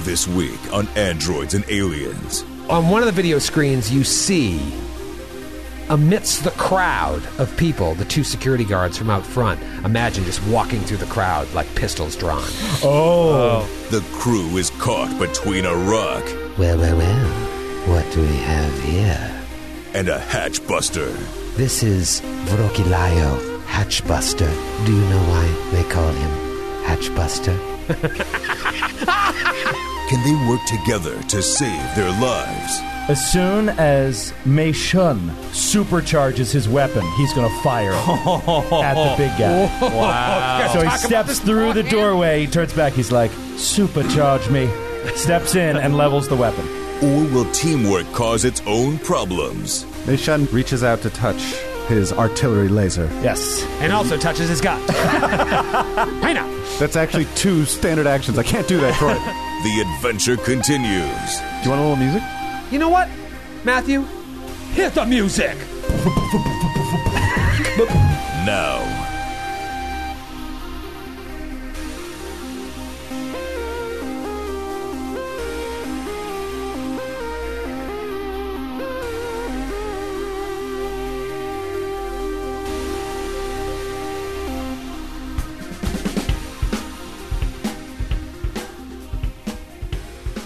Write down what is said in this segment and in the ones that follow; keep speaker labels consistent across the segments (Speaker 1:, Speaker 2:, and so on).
Speaker 1: This week on Androids and Aliens.
Speaker 2: on one of the video screens you see amidst the crowd of people the two security guards from out front imagine just walking through the crowd like pistols drawn
Speaker 1: The crew is caught between a rock
Speaker 3: Well, well, well. What do we have here?
Speaker 1: and a hatchbuster.
Speaker 3: This is Vrokilayo Hatchbuster. Do you know why they call him Hatchbuster?
Speaker 1: Can they work together to save their lives?
Speaker 4: As soon as Mei Shun supercharges his weapon, he's going to fire at the big guy. So he steps through the doorway, he turns back, he's like, supercharge me. Steps in and levels the weapon.
Speaker 1: Or will teamwork cause its own problems?
Speaker 5: Meishan reaches out to touch his artillery laser.
Speaker 4: Yes.
Speaker 2: and also touches his gut Hang on.
Speaker 5: That's actually two standard actions. I can't do that, Troy.
Speaker 1: The adventure continues.
Speaker 5: Do you want a little music?
Speaker 2: you know what matthew hit the music
Speaker 1: Now,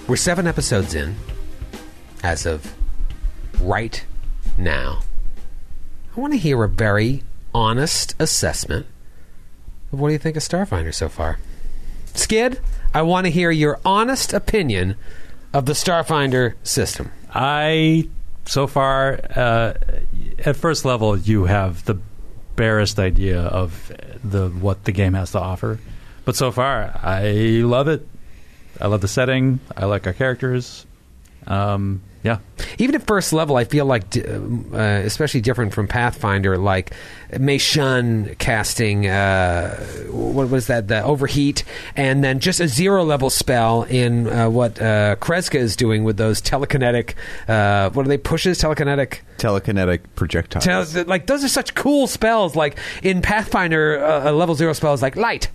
Speaker 2: we're seven episodes in as of right now i want to hear a very honest assessment of what do you think of starfinder so far skid i want to hear your honest opinion of the starfinder system
Speaker 6: I so far uh, at first level you have the barest idea of the what the game has to offer, but so far I love it. I love the setting. I like our characters. Um, yeah,
Speaker 2: even at first level, I feel like, d- uh, especially different from Pathfinder, like Mei Shun casting, uh, what was that, the Overheat, and then just a zero level spell in uh, what uh, Kreska is doing with those telekinetic, uh, what are they, pushes? Telekinetic?
Speaker 7: Telekinetic projectile.
Speaker 2: Tele- like, those are such cool spells. Like, in Pathfinder, uh, a level zero spells like light.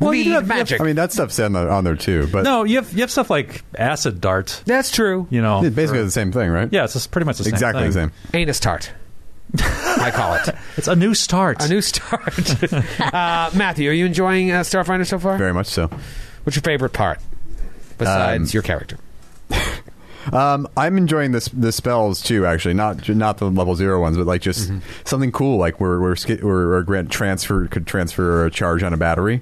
Speaker 7: you
Speaker 2: lead
Speaker 7: do have-
Speaker 2: magic.
Speaker 7: I mean, that stuff's on there, on there too, but
Speaker 6: no, you have you have stuff like acid dart.
Speaker 2: That's true.
Speaker 6: You know,
Speaker 7: it's basically the same thing, right?
Speaker 6: yeah, it's just pretty much the same
Speaker 7: exactly the
Speaker 6: thing.
Speaker 7: same.
Speaker 2: Anus tart. I call it.
Speaker 6: It's a new start.
Speaker 2: A new start. uh, Matthew, are you enjoying uh, Starfinder so far?
Speaker 7: Very much so.
Speaker 2: What's your favorite part besides your character?
Speaker 7: Um, I'm enjoying this the spells too. Actually, not not the level zero ones, but like just something cool, like where where sk- where, where Grant transfer could transfer a charge on a battery.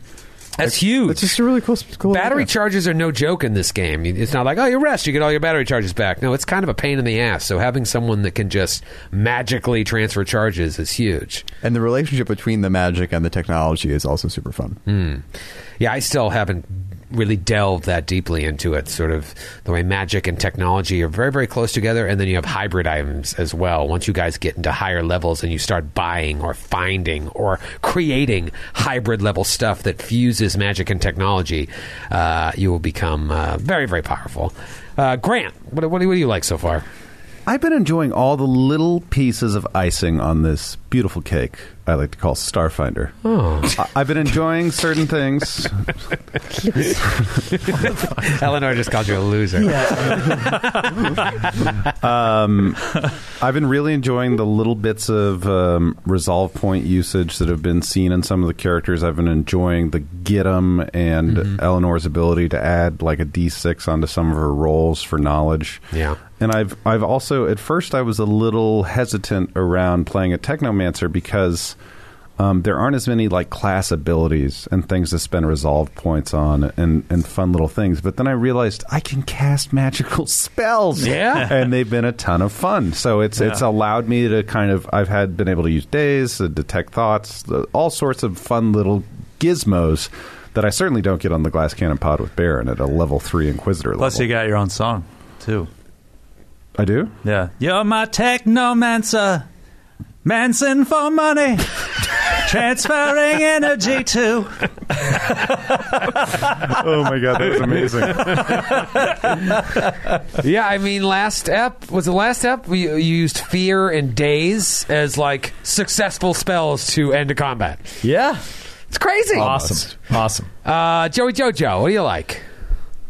Speaker 2: That's huge.
Speaker 7: It's just a really cool cool
Speaker 2: battery
Speaker 7: idea.
Speaker 2: charges are no joke in this game. You- It's not like, oh, you rest, you get all your battery charges back. No, it's kind of a pain in the ass. So having someone that can just magically transfer charges is huge.
Speaker 7: and the relationship between the magic and the technology is also super fun.
Speaker 2: Yeah, I still haven't really delved that deeply into it. Sort of the way magic and technology are very, very close together, and then you have hybrid items as well. Once you guys get into higher levels and you start buying or finding or creating hybrid level stuff that fuses magic and technology, uh, you will become uh, very, very powerful. Uh, Grant, what, what, do- what do you like so far?
Speaker 5: I've been enjoying all the little pieces of icing on this beautiful cake I like to call Starfinder. Oh. I've been enjoying certain things.
Speaker 2: Eleanor just called you a loser.
Speaker 5: I've been really enjoying the little bits of um, resolve point usage that have been seen in some of the characters. I've been enjoying the get 'em and
Speaker 2: Mm-hmm.
Speaker 5: Eleanor's ability to add like a d6 onto some of her rolls for knowledge.
Speaker 2: Yeah.
Speaker 5: And I've I've also at first I was a little hesitant around playing a technomancer because um, there aren't as many like class abilities and things to spend resolve points on and, and fun little things. But then I realized I can cast magical spells.
Speaker 2: Yeah.
Speaker 5: and they've been a ton of fun. So it's it's allowed me to kind of I've had been able to use days to detect thoughts, the, all sorts of fun little gizmos that I certainly don't get on the glass cannon pod with Baron at a level three Inquisitor
Speaker 6: Plus,
Speaker 5: level.
Speaker 6: you got your own song too.
Speaker 5: I do.
Speaker 6: Yeah. You're my technomancer. Manson for money. Transferring energy to.
Speaker 5: oh my god, that's amazing.
Speaker 2: Yeah, I mean, last ep was the last ep we you used fear and daze as like successful spells to end a combat.
Speaker 4: Yeah.
Speaker 2: It's crazy.
Speaker 4: Awesome. Awesome.
Speaker 2: Uh, Joey Jojo, what do you like?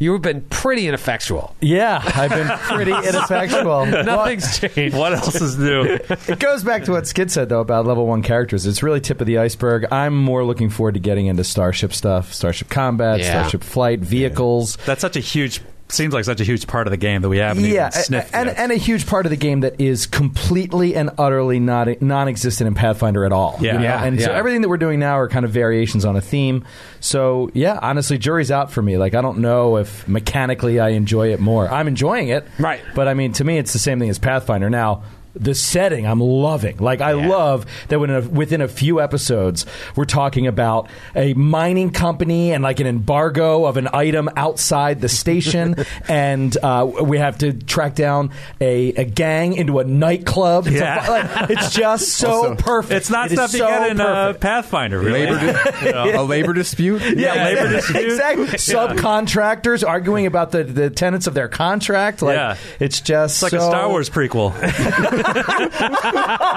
Speaker 2: You've been pretty ineffectual.
Speaker 4: Yeah, I've been pretty ineffectual.
Speaker 2: Nothing's changed.
Speaker 6: What else is new?
Speaker 4: It goes back to what Skid said though about level one characters. It's really tip of the iceberg. I'm more looking forward to getting into Starship stuff, Starship combat,
Speaker 2: Yeah.
Speaker 4: Starship flight, vehicles.
Speaker 6: That's such a huge. Seems like such a huge part of the game that we haven't
Speaker 4: Yeah,
Speaker 6: even sniffed.
Speaker 4: and,
Speaker 6: yet.
Speaker 4: and a huge part of the game that is completely and utterly not non-existent in Pathfinder at all.
Speaker 6: Yeah. Yeah,
Speaker 4: and so
Speaker 2: yeah.
Speaker 4: everything that we're doing now are kind of variations on a theme. So yeah, honestly, jury's out for me. Like I don't know if mechanically I enjoy it more. I'm enjoying it,
Speaker 2: Right.
Speaker 4: But I mean, to me, it's the same thing as Pathfinder now. The setting I'm loving. Like I
Speaker 2: Yeah.
Speaker 4: love that when a, within a few episodes we're talking about a mining company and like an embargo of an item outside the station, and uh, we have to track down a, a gang into a nightclub. It's, a
Speaker 6: Yeah.
Speaker 4: fi- like, it's just so
Speaker 7: Also,
Speaker 4: perfect.
Speaker 6: it's not
Speaker 4: It is
Speaker 6: stuff you
Speaker 4: so
Speaker 6: get in uh,
Speaker 4: perfect.
Speaker 6: Pathfinder, really.
Speaker 7: Labor di- a labor dispute.
Speaker 6: yeah, labor dispute.
Speaker 4: Exactly. Subcontractors arguing about the, the tenets of their contract. Like,
Speaker 6: Yeah.
Speaker 4: It's just
Speaker 6: It's like a
Speaker 4: so-
Speaker 6: Star Wars prequel.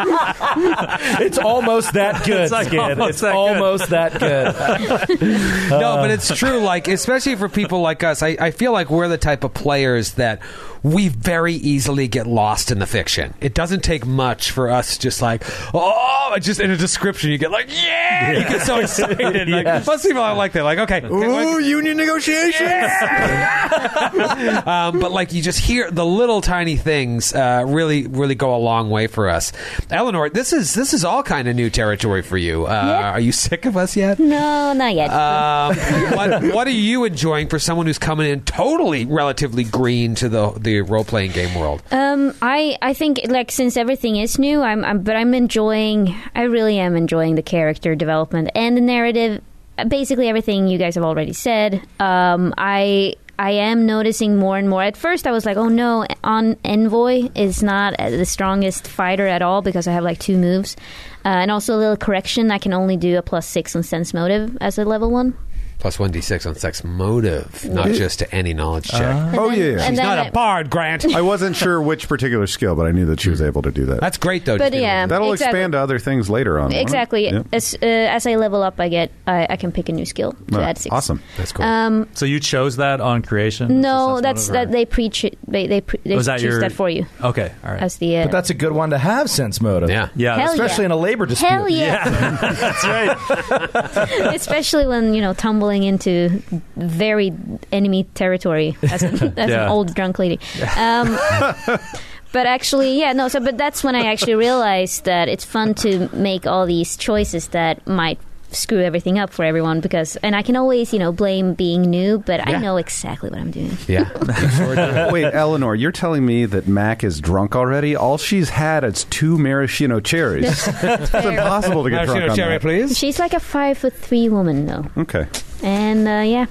Speaker 4: It's almost that good.
Speaker 6: It's like
Speaker 4: Skid.
Speaker 6: almost
Speaker 4: it's
Speaker 6: that good.
Speaker 4: almost that good.
Speaker 2: no, but it's true. Like, especially for people like us, I, I feel like we're the type of players that we very easily get lost in the fiction. It doesn't take much for us, just like oh, just in a description, you get like yeah, you get so excited. Like, most people are like that. Like, okay,
Speaker 7: Ooh, union negotiations.
Speaker 2: um, but like you just hear the little tiny things uh, really really go a long way for us eleanor this is this is all kind of new territory for you uh,
Speaker 8: Yeah.
Speaker 2: are you sick of us yet
Speaker 8: No, not yet.
Speaker 5: Uh,
Speaker 2: um, what, what are you enjoying for someone who's coming in totally relatively green to the the role playing game world?
Speaker 8: Um, I I think like since everything is new, I'm, I'm but I'm enjoying. I really am enjoying the character development and the narrative. Uh, Basically, everything you guys have already said. Um, I. I am noticing more and more. At first, I was like, "Oh no!" On Envoy is not uh, the strongest fighter at all because I have like two moves, uh, and also a little correction. I can only do a plus six on sense motive as a level one.
Speaker 2: Plus one d six on sex motive, not just to any knowledge check.
Speaker 5: Oh, yeah.
Speaker 8: Uh, and
Speaker 5: She's
Speaker 8: then
Speaker 2: not
Speaker 8: I-
Speaker 2: a bard, Grant.
Speaker 5: I wasn't sure which particular skill, but I knew that she was able to do that.
Speaker 2: That's great though.
Speaker 8: But
Speaker 2: to be
Speaker 8: yeah.
Speaker 2: able
Speaker 5: That'll
Speaker 8: Exactly.
Speaker 5: expand to other things later on. won't it?
Speaker 8: exactly.
Speaker 5: Uh-huh. Yeah.
Speaker 8: As uh, as I level up, I get I, I can pick a new skill to
Speaker 5: All right.
Speaker 8: add six.
Speaker 5: Awesome.
Speaker 2: to- That's cool.
Speaker 8: Um,
Speaker 6: So you chose that on creation?
Speaker 8: No, that's
Speaker 6: one of
Speaker 8: that
Speaker 6: our-
Speaker 8: they pre they they, pre- they
Speaker 6: Was that
Speaker 8: choose
Speaker 6: your-
Speaker 8: that for you
Speaker 6: Okay, all right.
Speaker 8: as the uh,
Speaker 4: But that's a good one to have sense motive.
Speaker 2: yeah.
Speaker 6: yeah,
Speaker 8: Hell
Speaker 6: that's-
Speaker 4: Especially
Speaker 8: yeah.
Speaker 4: in a labor dispute.
Speaker 8: hell yeah,
Speaker 6: that's right.
Speaker 8: especially when you know tumbling into very enemy territory as, an, as
Speaker 6: Yeah.
Speaker 8: an old drunk lady. Um, but actually, yeah, no. So, but that's when I actually realized that it's fun to make all these choices that might screw everything up for everyone because and I can always you know blame being new but I know exactly what I'm doing
Speaker 2: Yeah.
Speaker 5: Wait, Eleanor, you're telling me that Mac is drunk already? All she's had is two maraschino cherries. it's impossible to get drunk on that.
Speaker 2: please.
Speaker 8: she's like a five foot three woman though
Speaker 5: Okay.
Speaker 8: and uh, yeah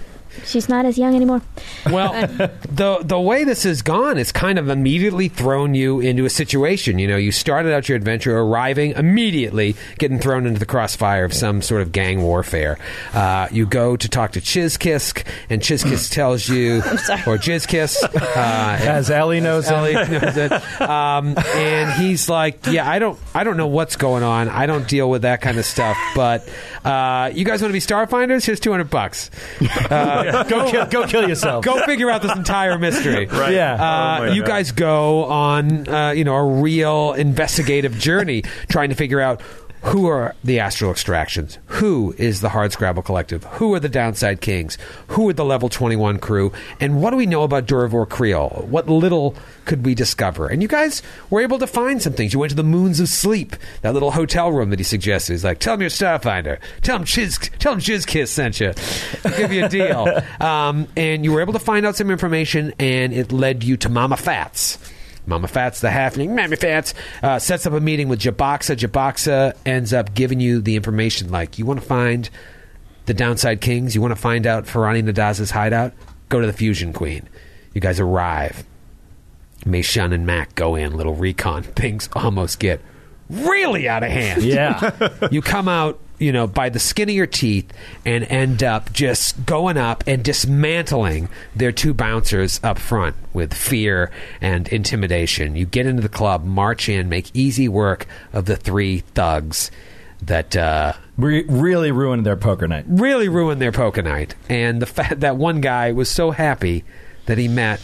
Speaker 8: she's not as young anymore
Speaker 2: Well, the the way this has gone, it's kind of immediately thrown you into a situation. You know, you started out your adventure arriving immediately, getting thrown into the crossfire of some sort of gang warfare. Uh, you go to talk to Chizkisk, and Chizkisk tells you, or Jizkisk, uh,
Speaker 4: As Ellie knows, it.
Speaker 2: Ellie knows it. Um, and he's like, "Yeah, I don't, I don't know what's going on. I don't deal with that kind of stuff. But uh, you guys want to be Starfinders? Here's two hundred bucks. Uh,
Speaker 4: go kill, go kill yourself.
Speaker 2: go figure out this entire mystery.
Speaker 4: Right. Yeah.
Speaker 2: Uh, you guys go on, uh, you know, a real investigative journey trying to figure out who are the astral extractions, who is the Hard Scrabble Collective, who are the Downside Kings, who are the Level 21 crew, and what do we know about Durivore Creole? What little could we discover? And you guys were able to find some things. You went to the Moons of Sleep, that little hotel room that he suggested. He's like, tell him you're Starfinder. Tell him Chiz, tell him Jizkiss sent you. I'll give you a deal. um, and you were able to find out some information, and it led you to Mama Fats. Mama Fats, the half Mama Fats, uh, sets up a meeting with Jaboxa. Jaboxa ends up giving you the information like, you want to find the Downside Kings, you want to find out Ferrani Nadaz's hideout, go to the Fusion Queen. You guys arrive. Meishun and Mac go in, little recon. Things almost get really out of hand
Speaker 4: Yeah.
Speaker 2: you come out, you know, by the skin of your teeth and end up just going up and dismantling their two bouncers up front with fear and intimidation. You get into the club, march in, make easy work of the three thugs. that uh,
Speaker 4: Re- really ruined their poker night.
Speaker 2: really ruined their poker night. And the fact that one guy was so happy that he met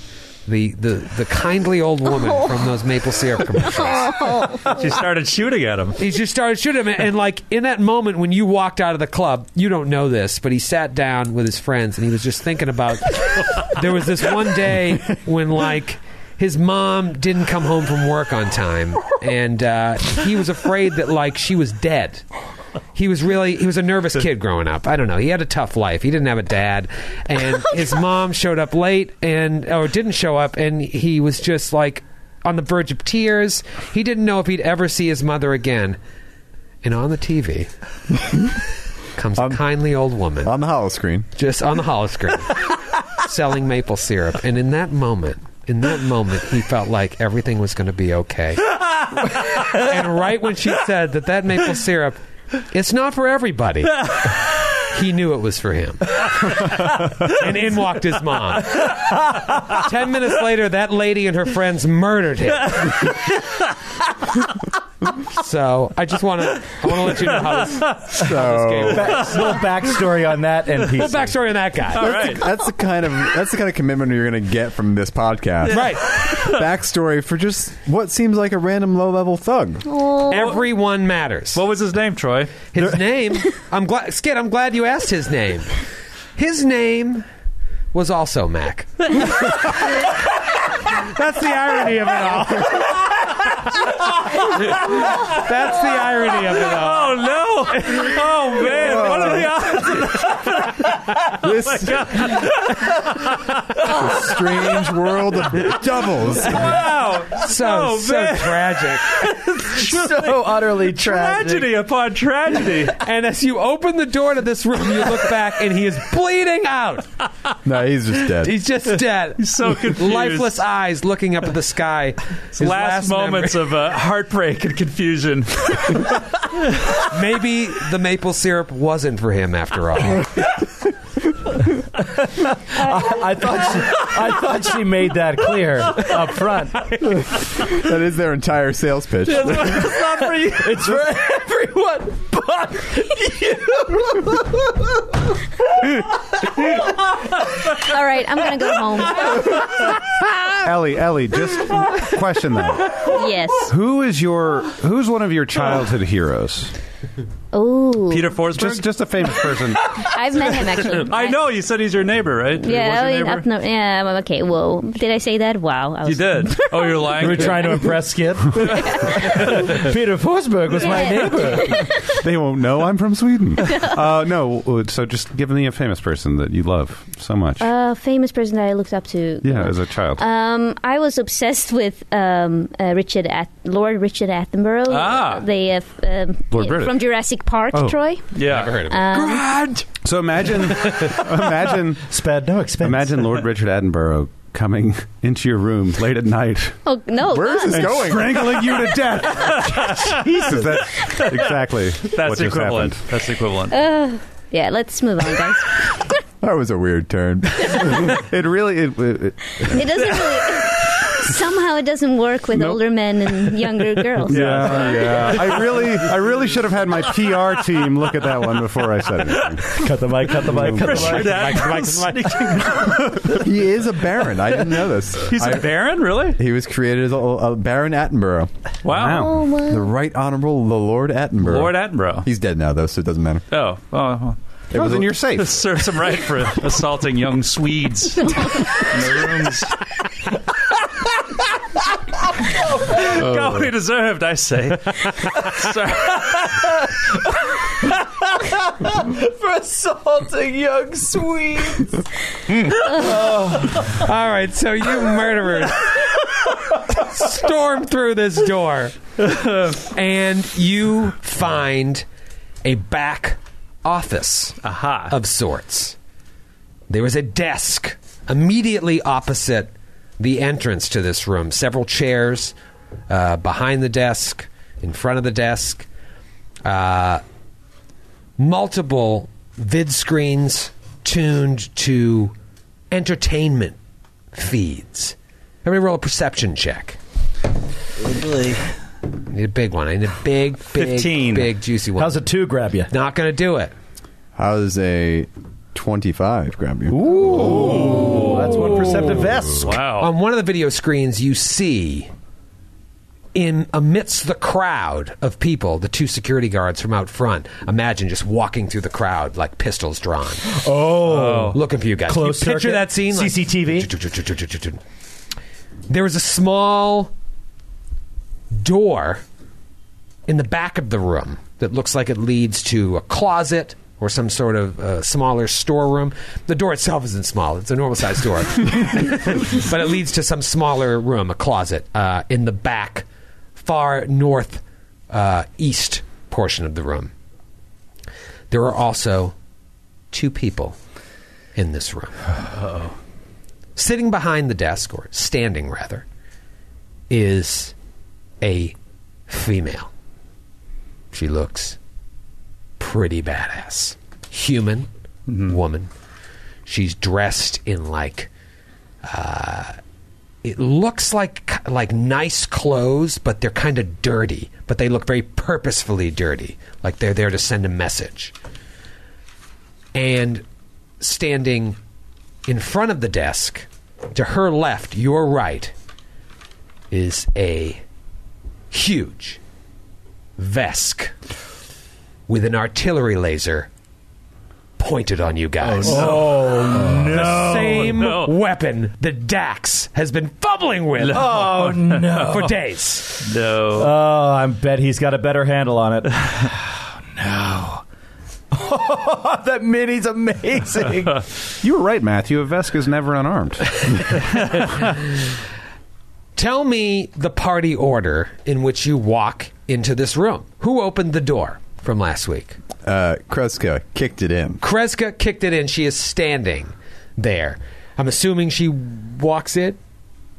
Speaker 2: the the, the kindly old woman from those maple syrup commercials.
Speaker 6: She started shooting at him.
Speaker 2: he just started shooting him, and like in that moment when you walked out of the club, you don't know this, but he sat down with his friends and he was just thinking about. there was this one day when like. His mom didn't come home from work on time, and uh, he was afraid that like she was dead he was really he was a nervous kid growing up. I don't know. He had a tough life. He didn't have a dad, and his mom showed up late and or didn't show up, and he was just like on the verge of tears. He didn't know if he'd ever see his mother again. And on the TV comes a kindly old woman
Speaker 7: on the hollow screen.
Speaker 2: just on the hollow screen selling maple syrup. And in that moment, in that moment, he felt like everything was going to be okay. and right when she said that that maple syrup, it's not for everybody. He knew it was for him. and in walked his mom. Ten minutes later, that lady and her friends murdered him. so I just want to I want to let you know how this, how this game works.
Speaker 4: Back, little backstory on that and
Speaker 2: Little
Speaker 4: piece.
Speaker 2: backstory on that guy.
Speaker 6: All
Speaker 7: That's,
Speaker 6: right.
Speaker 7: the, that's the kind of that's the kind of commitment you're going to get from this podcast.
Speaker 2: Right.
Speaker 7: Backstory for just what seems like a random low level thug.
Speaker 2: Everyone matters.
Speaker 6: What was his name, Troy?
Speaker 2: His name. I'm glad, Skid. I'm glad you asked his name. His name was also Mac. That's the irony of it all. That's the irony of it all.
Speaker 6: Oh no! Oh man! What are the odds?
Speaker 7: This the strange world of doubles.
Speaker 6: Wow!
Speaker 2: So
Speaker 6: Oh,
Speaker 2: so
Speaker 6: man.
Speaker 2: tragic.
Speaker 4: so utterly tragic.
Speaker 6: Tragedy upon tragedy.
Speaker 2: And as you open the door to this room, you look back, and he is bleeding out.
Speaker 7: No, he's just dead.
Speaker 2: He's just dead. He's
Speaker 6: so confused.
Speaker 2: Lifeless eyes looking up at the sky. His
Speaker 6: Last, moments
Speaker 2: memory-
Speaker 6: of uh, heartbreak and confusion.
Speaker 2: maybe the maple syrup wasn't for him after all.
Speaker 4: I thought she, I thought she made that clear up front.
Speaker 7: that is their entire sales pitch.
Speaker 6: it's not for you.
Speaker 4: It's for everyone but
Speaker 8: All right, I'm gonna go home.
Speaker 5: Ellie, Ellie, just question that.
Speaker 8: yes.
Speaker 5: Who is your who's one of your childhood heroes?
Speaker 8: Oh,
Speaker 6: Peter Forsberg.
Speaker 5: Just just a famous person.
Speaker 8: I've met him actually.
Speaker 6: I know you said he's your neighbor, right? He
Speaker 8: Yeah,
Speaker 6: was your
Speaker 8: I-
Speaker 6: neighbor?
Speaker 8: up no, yeah. well, Okay, whoa. Did I say that? Wow. I
Speaker 6: You
Speaker 8: was-
Speaker 6: did. Oh, you're lying.
Speaker 4: You were trying to impress Skip. Peter Forsberg was my
Speaker 8: Yeah.
Speaker 4: neighbor.
Speaker 5: they won't know I'm from Sweden. Uh, no, uh, so just give me a famous person that you love so much.
Speaker 8: A uh, famous person that I looked up to.
Speaker 5: yeah, as a child.
Speaker 8: Um, I was obsessed with um, uh, Richard At- Lord Richard Attenborough,
Speaker 6: Ah.
Speaker 8: the uh, f- um,
Speaker 5: Lord
Speaker 8: yeah,
Speaker 5: British.
Speaker 8: from Jurassic Park.
Speaker 5: Oh.
Speaker 8: Troy,
Speaker 6: Yeah.
Speaker 2: Never heard of him.
Speaker 5: so imagine, imagine,
Speaker 4: Spad no expense.
Speaker 5: imagine Lord Richard Attenborough coming into your room late at night,
Speaker 8: oh no,
Speaker 7: Where is
Speaker 8: God.
Speaker 7: this going?
Speaker 5: strangling you to death. Jesus, that's exactly what
Speaker 6: That's
Speaker 5: just
Speaker 6: equivalent.
Speaker 5: happened.
Speaker 6: That's equivalent.
Speaker 8: Yeah, let's move on, guys.
Speaker 7: That was a weird turn.
Speaker 5: It really, it, it, it-
Speaker 8: it doesn't really. Somehow it doesn't work with
Speaker 5: Nope.
Speaker 8: older men and younger girls.
Speaker 5: yeah, yeah. I really, I really should have had my PR team look at that one before I said anything.
Speaker 4: Cut the mic. Cut the mic. Cut the
Speaker 6: Richard
Speaker 4: mic.
Speaker 6: Attenborough sneaking-
Speaker 7: he is a baron. I didn't know this.
Speaker 6: He's a
Speaker 7: I-
Speaker 6: baron, really?
Speaker 7: He was created as a, a Baron Attenborough,
Speaker 6: Wow.
Speaker 5: Wow.
Speaker 8: Oh my.
Speaker 7: the Right Honorable the Lord Attenborough.
Speaker 6: Lord Attenborough.
Speaker 7: He's dead now, though, so it doesn't matter.
Speaker 6: oh, oh, well,
Speaker 5: It was in your
Speaker 6: this
Speaker 5: safe.
Speaker 6: serves him right for assaulting young Swedes in their rooms. God, we deserved, I say. Sorry.
Speaker 2: All right, so you murderers storm through this door and you find a back office
Speaker 6: Aha.
Speaker 2: of sorts. There was a desk immediately opposite the entrance to this room, several chairs uh, behind the desk, in front of the desk, uh, multiple vid screens tuned to entertainment feeds. Everybody roll a perception check. I need a big one. I need a big, big,
Speaker 6: 15.
Speaker 2: big, juicy one.
Speaker 4: How's a two grab you?
Speaker 2: Not going to do it.
Speaker 7: How does a 25 grab you?
Speaker 4: That's one perceptive vest.
Speaker 6: Wow.
Speaker 2: On one of the video screens, you see, in amidst the crowd of people, the two security guards from out front. Imagine just walking through the crowd like pistols drawn,
Speaker 4: Oh.
Speaker 2: looking for you guys.
Speaker 4: Close
Speaker 2: you picture
Speaker 4: circuit?
Speaker 2: that scene. like-
Speaker 4: CCTV?
Speaker 2: there was a small door in the back of the room that looks like it leads to a closet or some sort of uh, smaller storeroom. The door itself isn't small, it's a normal sized door. but it leads to some smaller room, a closet, uh, in the back, far north uh, east portion of the room. There are also two people in this room. Sitting behind the desk, or standing rather, is a female. She looks pretty badass. Human woman. She's dressed in like uh, it looks like like nice clothes, but they're kind of dirty. But they look very purposefully dirty, like they're there to send a message. And standing in front of the desk, to her left, your right, is a huge Vesk with an artillery laser pointed on you guys the same
Speaker 6: no.
Speaker 2: weapon that Dax has been fumbling with
Speaker 4: Oh, no.
Speaker 2: for days.
Speaker 6: No.
Speaker 4: Oh, I bet he's got a better handle on it. oh, no. that mini's amazing.
Speaker 5: You were right, Matthew. A Vesk is never unarmed.
Speaker 2: Tell me the party order in which you walk into this room. Who opened the door from last week?
Speaker 7: Uh, Kreska kicked it in.
Speaker 2: Kreska kicked it in. She is standing there. I'm assuming she walks in.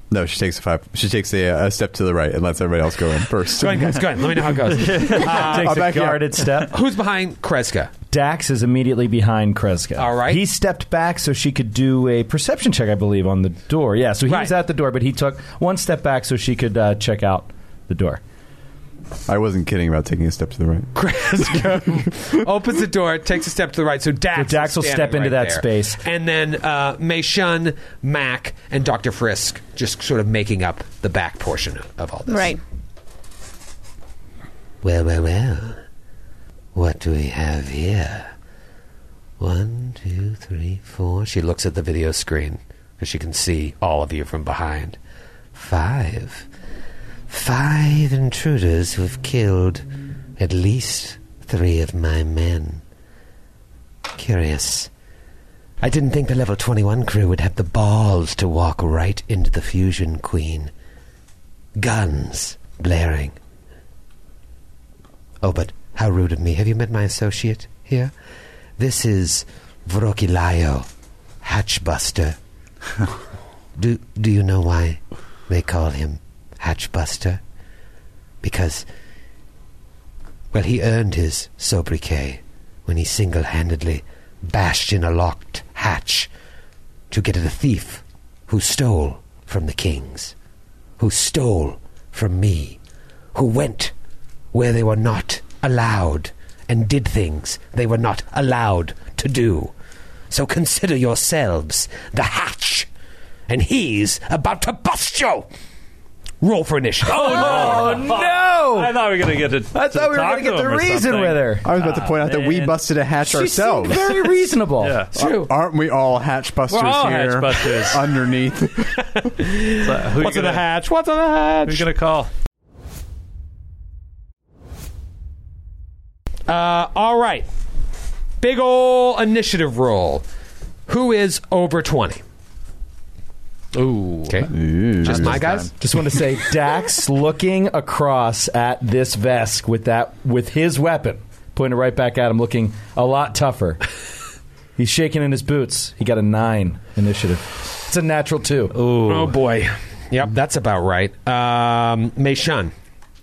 Speaker 7: No, she takes a five. She takes a, a step to the right and lets everybody else go in first.
Speaker 2: Go ahead, guys. Go ahead. Let me know how it goes.
Speaker 4: Takes a
Speaker 7: back you up.
Speaker 4: guarded step.
Speaker 2: Who's behind Kreska?
Speaker 4: Dax is immediately behind Kreska.
Speaker 2: All right.
Speaker 4: He stepped back so she could do a perception check, I believe, on the door. Yeah, so he was
Speaker 2: Right.
Speaker 4: at the door, but he took one step back so she could uh, check out the door.
Speaker 7: I wasn't kidding about taking a step to the right.
Speaker 2: Kreska opens the door, takes a step to the right. So Dax,
Speaker 4: So Dax
Speaker 2: is
Speaker 4: will
Speaker 2: standing
Speaker 4: step into
Speaker 2: right
Speaker 4: that
Speaker 2: there.
Speaker 4: space.
Speaker 2: and then uh, Mei Shun, Mac, and Doctor Frisk just sort of making up the back portion of all this.
Speaker 9: Right.
Speaker 3: Well, well, well. What do we have here?
Speaker 2: One, two, three, four. She looks at the video screen because she can see all of you from behind.
Speaker 3: Five. Five intruders who have killed at least three of my men. Curious. I didn't think the level 21 crew would have the balls to walk right into the Fusion Queen. Guns blaring. Oh, but how rude of me. Have you met my associate here? This is Vrokilayo, Hatchbuster. do, do you know why they call him Hatchbuster? Because, well, he earned his sobriquet when he single handedly bashed in a locked hatch to get at a thief who stole from the kings, who stole from me, who went where they were not allowed and did things they were not allowed to do. So consider yourselves the hatch, and he's about to bust you.
Speaker 2: Roll for initiative.
Speaker 4: Oh, no!
Speaker 6: I thought we were going to get to.
Speaker 4: I thought we were
Speaker 6: going to
Speaker 4: get the reason
Speaker 6: something.
Speaker 4: with her.
Speaker 7: I was about to point out that we
Speaker 6: man.
Speaker 7: busted a hatch
Speaker 4: She seemed
Speaker 7: ourselves.
Speaker 4: very reasonable.
Speaker 6: Yeah.
Speaker 2: True.
Speaker 7: Aren't we all hatch busters
Speaker 6: We're all
Speaker 7: here?
Speaker 6: hatch busters.
Speaker 7: underneath.
Speaker 6: So who
Speaker 2: What's in
Speaker 6: you
Speaker 2: the
Speaker 6: gonna,
Speaker 2: hatch? What's in the hatch?
Speaker 6: Who you going to call?
Speaker 2: Uh, all right. Big ol' initiative roll. Who is over 20? Ooh. Okay. Just my guys?
Speaker 4: Just want to say, Dax looking across at this Vesk with that with his weapon pointed right back at him, looking a lot tougher. He's shaking in his boots. He got a nine initiative. It's a natural two.
Speaker 2: Oh, boy. Yep, that's about right. Um, Mei Shun.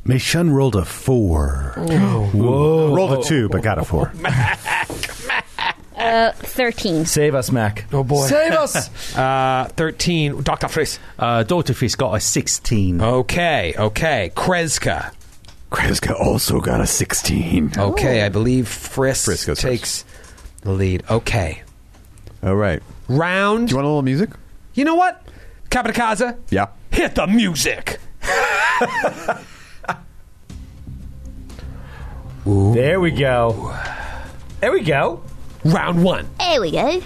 Speaker 10: Mei Shun rolled a four. Whoa. Rolled a two, but got a four.
Speaker 8: Uh, 13.
Speaker 4: Save us, Mac. Oh
Speaker 2: boy.
Speaker 4: Save us.
Speaker 2: Uh, 13. Dr. Fris.
Speaker 6: Uh, Dr. Fisk got a 16.
Speaker 2: Okay, okay. Kreska.
Speaker 7: Kreska also got a 16.
Speaker 2: Okay, I believe Frisk
Speaker 7: Frisk goes
Speaker 2: takes the lead. Okay.
Speaker 7: All right.
Speaker 2: Round.
Speaker 7: Do you want a little music?
Speaker 2: you know what? Kapitakaza,
Speaker 7: Yeah.
Speaker 2: hit the music.
Speaker 4: There we go. There we go.
Speaker 2: Round one.
Speaker 8: There we go.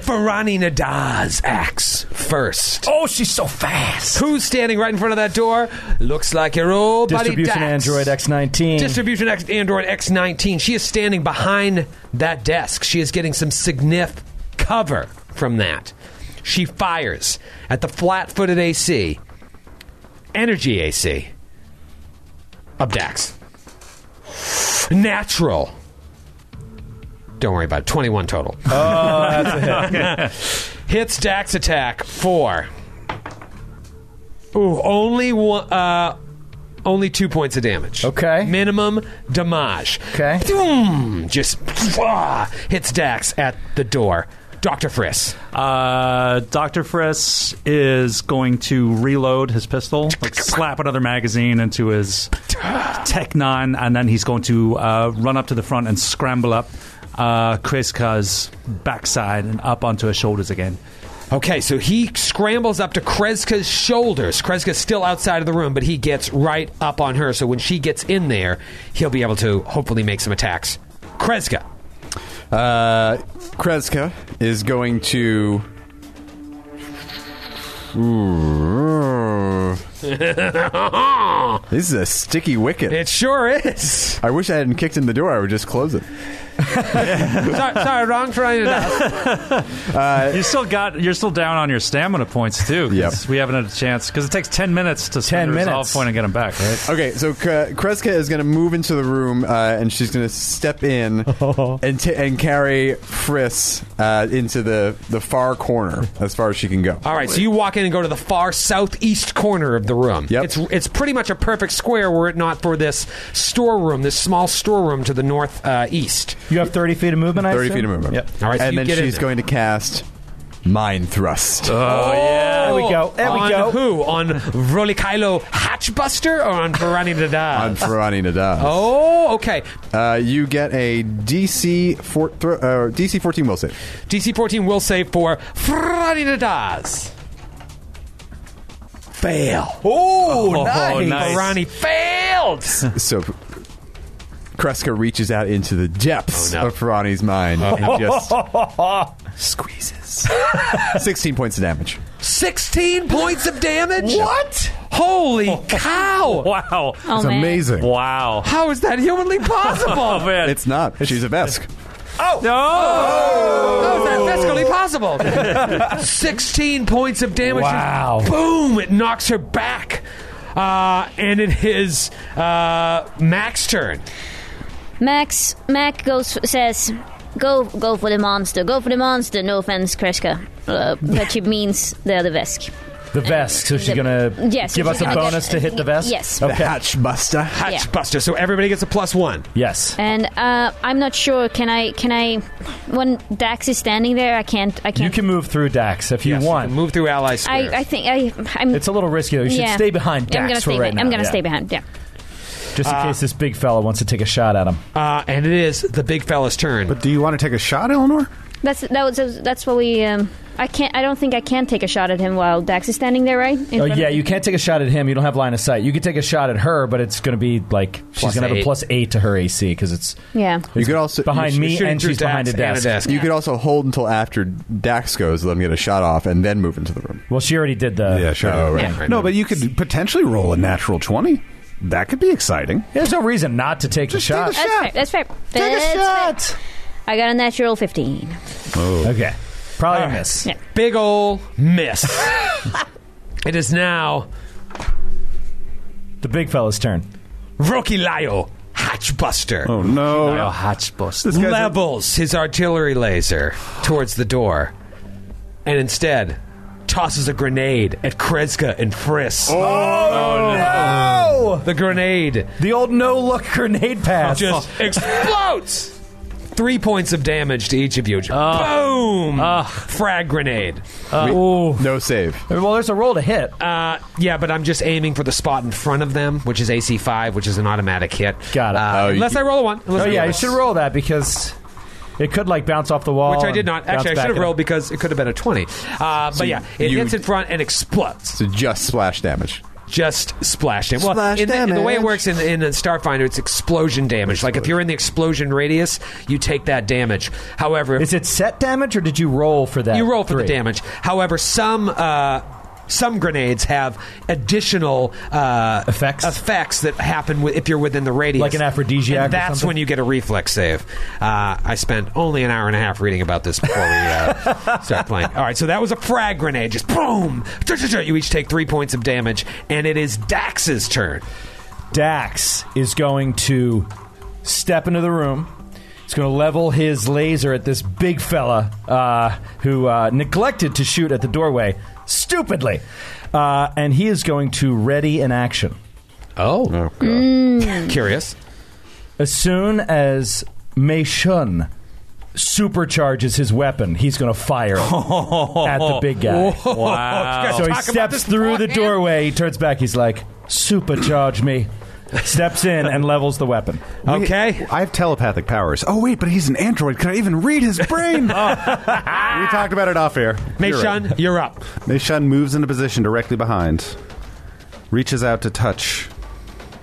Speaker 2: Ferrani Nadaz acts first.
Speaker 4: Oh, she's so fast.
Speaker 2: Who's standing right in front of that door? Looks like your old
Speaker 4: Distribution
Speaker 2: buddy Dax.
Speaker 4: Android X19.
Speaker 2: Distribution X- Android X19. She is standing behind that desk. She is getting some signif cover from that. She fires at the flat footed AC, energy AC of Dax. Natural. Don't worry about it. 21 total. Oh, that's a hit. Hits Dax attack. Four. Ooh, only one. Uh, only two points of damage.
Speaker 4: Okay.
Speaker 2: Minimum damage.
Speaker 4: Okay.
Speaker 2: Boom! Just ah, hits Dax at the door. Dr. Friss.
Speaker 6: Uh, Dr. Friss is going to reload his pistol, like slap another magazine into his Technon, and then he's going to uh, run up to the front and scramble up uh, Kreska's backside and up onto his shoulders again.
Speaker 2: Okay, so he scrambles up to Kreska's shoulders. Kreska's still outside of the room, but he gets right up on her. So when she gets in there, he'll be able to hopefully make some attacks. Kreska.
Speaker 7: Uh, Kreska is going to. Ooh. this is a sticky wicket.
Speaker 2: It sure is.
Speaker 7: I wish I hadn't kicked in the door. I would just close it.
Speaker 2: sorry, sorry, wrong trying to
Speaker 4: Uh,
Speaker 6: You still got. You're still down on your stamina points too. 'cause
Speaker 7: Yep.
Speaker 6: we haven't had a chance because it takes ten minutes to
Speaker 4: 10
Speaker 6: spend a resolve
Speaker 4: minutes.
Speaker 6: point and get him back. Right?
Speaker 7: Okay, so K- Kreska is going to move into the room uh, and she's going to step in and, t- and carry Friss uh, into the, the far corner as far as she can go.
Speaker 2: All right, so you walk in and go to the far southeast corner of the room.
Speaker 7: Yep.
Speaker 2: It's it's pretty much a perfect square were it not for this storeroom, this small storeroom to the north uh, east.
Speaker 4: You have 30 feet of movement, I
Speaker 7: 30
Speaker 4: assume?
Speaker 7: feet of movement.
Speaker 4: Yep.
Speaker 2: All right, so
Speaker 7: and
Speaker 2: you
Speaker 7: then
Speaker 2: get in
Speaker 7: she's
Speaker 2: there.
Speaker 7: going to cast Mind Thrust.
Speaker 2: Oh, yeah.
Speaker 4: There we go. There we
Speaker 2: on
Speaker 4: go.
Speaker 2: who? On Vrolikailo Hatchbuster or on Pirani
Speaker 7: on
Speaker 2: Dada?
Speaker 7: Ferrani Nadal.
Speaker 2: Oh, okay.
Speaker 7: Uh, you get a DC four, thro- uh, DC fourteen will save.
Speaker 2: DC 14 will save for Ferrari Dadas. Fail. Oh,
Speaker 6: nice.
Speaker 2: Ferrani failed.
Speaker 7: So Kreska reaches out into the depths
Speaker 2: Oh, no.
Speaker 7: of Ferrani's mind and just squeezes. Sixteen points of damage.
Speaker 2: 16 points of damage? What? Holy cow!
Speaker 6: Wow.
Speaker 8: Oh,
Speaker 7: It's
Speaker 8: man.
Speaker 7: amazing.
Speaker 6: Wow.
Speaker 2: How is that humanly
Speaker 6: Oh
Speaker 2: possible?
Speaker 6: man.
Speaker 7: It's not. She's a Vesk.
Speaker 6: no.
Speaker 2: How Oh, is
Speaker 10: Oh.
Speaker 2: that fiscally possible? 16 points of damage.
Speaker 4: Wow.
Speaker 2: Boom! It knocks her back. Uh, and it is uh, Max turn.
Speaker 8: Max Mac goes says, "Go go for the monster. Go for the monster. No offense, Kreska, uh, but she means the other Vesk.
Speaker 4: The vest. So she's
Speaker 8: The-
Speaker 4: going to
Speaker 8: yes,
Speaker 4: give
Speaker 8: so
Speaker 4: us
Speaker 8: she's
Speaker 4: a
Speaker 8: gonna get-
Speaker 4: bonus to hit the vest?
Speaker 8: Yes.
Speaker 4: Okay.
Speaker 7: Hatch Buster.
Speaker 2: Hatchbuster. Buster. So everybody gets a plus one.
Speaker 4: Yes.
Speaker 8: And uh, I'm not sure. Can I? Can I? When Dax is standing there, I can't. I
Speaker 4: You
Speaker 8: can't.
Speaker 4: can move through Dax if you
Speaker 2: Yes,
Speaker 4: want.
Speaker 2: Move through allies.
Speaker 8: I, I think I. I'm.
Speaker 4: it's a little risky. though. You should
Speaker 8: yeah.
Speaker 4: stay behind Dax
Speaker 8: I'm gonna
Speaker 4: for
Speaker 8: stay.
Speaker 4: right
Speaker 8: be-
Speaker 4: now.
Speaker 8: I'm gonna
Speaker 4: Yeah.
Speaker 8: stay behind. Yeah.
Speaker 4: Just in case this big fella wants to take a shot at him.
Speaker 2: Uh, and it is the big fella's turn.
Speaker 10: But do you want to take a shot, Eleanor?
Speaker 8: That's that was. That's what we. Um, I can't. I don't think I can take a shot at him while Dax is standing there, right? In
Speaker 4: Oh,
Speaker 8: front of
Speaker 4: yeah,
Speaker 8: him?
Speaker 4: you can't take a shot at him. You don't have line of sight. You can take a shot at her, but it's going to be like she's
Speaker 2: Plus
Speaker 4: going to have a
Speaker 2: eight.
Speaker 4: plus eight to her AC because it's
Speaker 8: Yeah.
Speaker 7: You could also
Speaker 4: behind
Speaker 7: you
Speaker 4: me
Speaker 2: Shooting
Speaker 4: and
Speaker 2: through
Speaker 4: she's behind a
Speaker 2: Dax and
Speaker 4: desk.
Speaker 7: You could also hold until after Dax goes, let him get a shot off, and then move into the room.
Speaker 4: Well, she already did the.
Speaker 10: sure.
Speaker 7: Oh, right.
Speaker 2: Yeah.
Speaker 10: No, but you could potentially roll a natural 20. That could be exciting.
Speaker 4: There's no reason not to take
Speaker 10: Just
Speaker 4: the
Speaker 10: take a
Speaker 4: shot.
Speaker 8: That's
Speaker 10: Shot.
Speaker 8: fair. That's fair. that's Fair. I got a natural 15.
Speaker 4: okay. Probably a miss.
Speaker 8: Yeah.
Speaker 2: Big ol' miss. it is now
Speaker 4: The big fella's turn.
Speaker 2: Rocky Lyle Hatchbuster.
Speaker 10: Oh, no.
Speaker 6: Oh, hatch bust.
Speaker 10: This guy's a-
Speaker 2: Levels his artillery laser towards the door and instead tosses a grenade at Kreska and Friss. Oh, no. The grenade
Speaker 4: The old no look grenade pass.
Speaker 2: just explodes Three points of damage to each of you. Boom!
Speaker 6: Oh. Ugh.
Speaker 2: Frag grenade.
Speaker 6: oh,
Speaker 7: No save.
Speaker 4: Well, there's a roll to hit.
Speaker 2: Uh, yeah, but I'm just aiming for the spot in front of them, which is AC five, which is an automatic hit.
Speaker 4: Got it.
Speaker 2: Uh,
Speaker 7: Oh, you-
Speaker 2: unless I roll a one. Unless
Speaker 4: Oh
Speaker 2: I
Speaker 4: yeah,
Speaker 2: roll
Speaker 4: you
Speaker 2: a-
Speaker 4: should roll that because it could like bounce off the wall.
Speaker 2: Which I did
Speaker 4: and
Speaker 2: not.
Speaker 4: bounce
Speaker 2: Actually, I
Speaker 4: back
Speaker 2: should have
Speaker 4: and-
Speaker 2: rolled because it could have been a twenty. Uh, but yeah, it
Speaker 7: you-
Speaker 2: hits in front and explodes.
Speaker 7: So just splash damage.
Speaker 2: Just splashed it. Well,
Speaker 7: Splash
Speaker 2: in, the, in the way it
Speaker 7: damage.
Speaker 2: works in, in the Starfinder, it's explosion damage. Like if you're in the explosion radius, you take that damage. However, if
Speaker 4: Is it set damage or did you roll for that?
Speaker 2: You roll for
Speaker 4: three?
Speaker 2: the damage. However, some uh, some grenades have additional uh,
Speaker 4: Effects?
Speaker 2: effects that happen wi- if you're within the radius,
Speaker 4: Like an
Speaker 2: And
Speaker 4: aphrodisiac or
Speaker 2: that's
Speaker 4: something?
Speaker 2: when you get a reflex save. Uh, I spent only an hour and a half reading about this before we uh, start playing. All right, so that was a frag grenade. Just boom! You each take three points of damage, and it is Dax's turn.
Speaker 4: Dax is going to step into the room. He's going to level his laser at this big fella uh, who uh, neglected to shoot at the doorway stupidly, uh, and he is going to ready an action.
Speaker 2: Oh,
Speaker 4: Mm.
Speaker 2: curious.
Speaker 4: As soon as Mei Shun supercharges his weapon, he's going to fire at the big guy.
Speaker 6: Wow.
Speaker 4: So
Speaker 2: Talk
Speaker 4: he
Speaker 2: about
Speaker 4: steps
Speaker 2: this
Speaker 4: through the
Speaker 2: beforehand.
Speaker 4: doorway. He turns back. He's like, supercharge me. Steps in and levels the weapon.
Speaker 2: Okay.
Speaker 5: I have telepathic powers. Oh wait, but he's an android. Can I even read his brain? We talked about it off air.
Speaker 2: Mei
Speaker 5: You're
Speaker 2: Shun,
Speaker 5: right.
Speaker 2: you're up.
Speaker 5: Mei Shun moves into position directly behind, reaches out to touch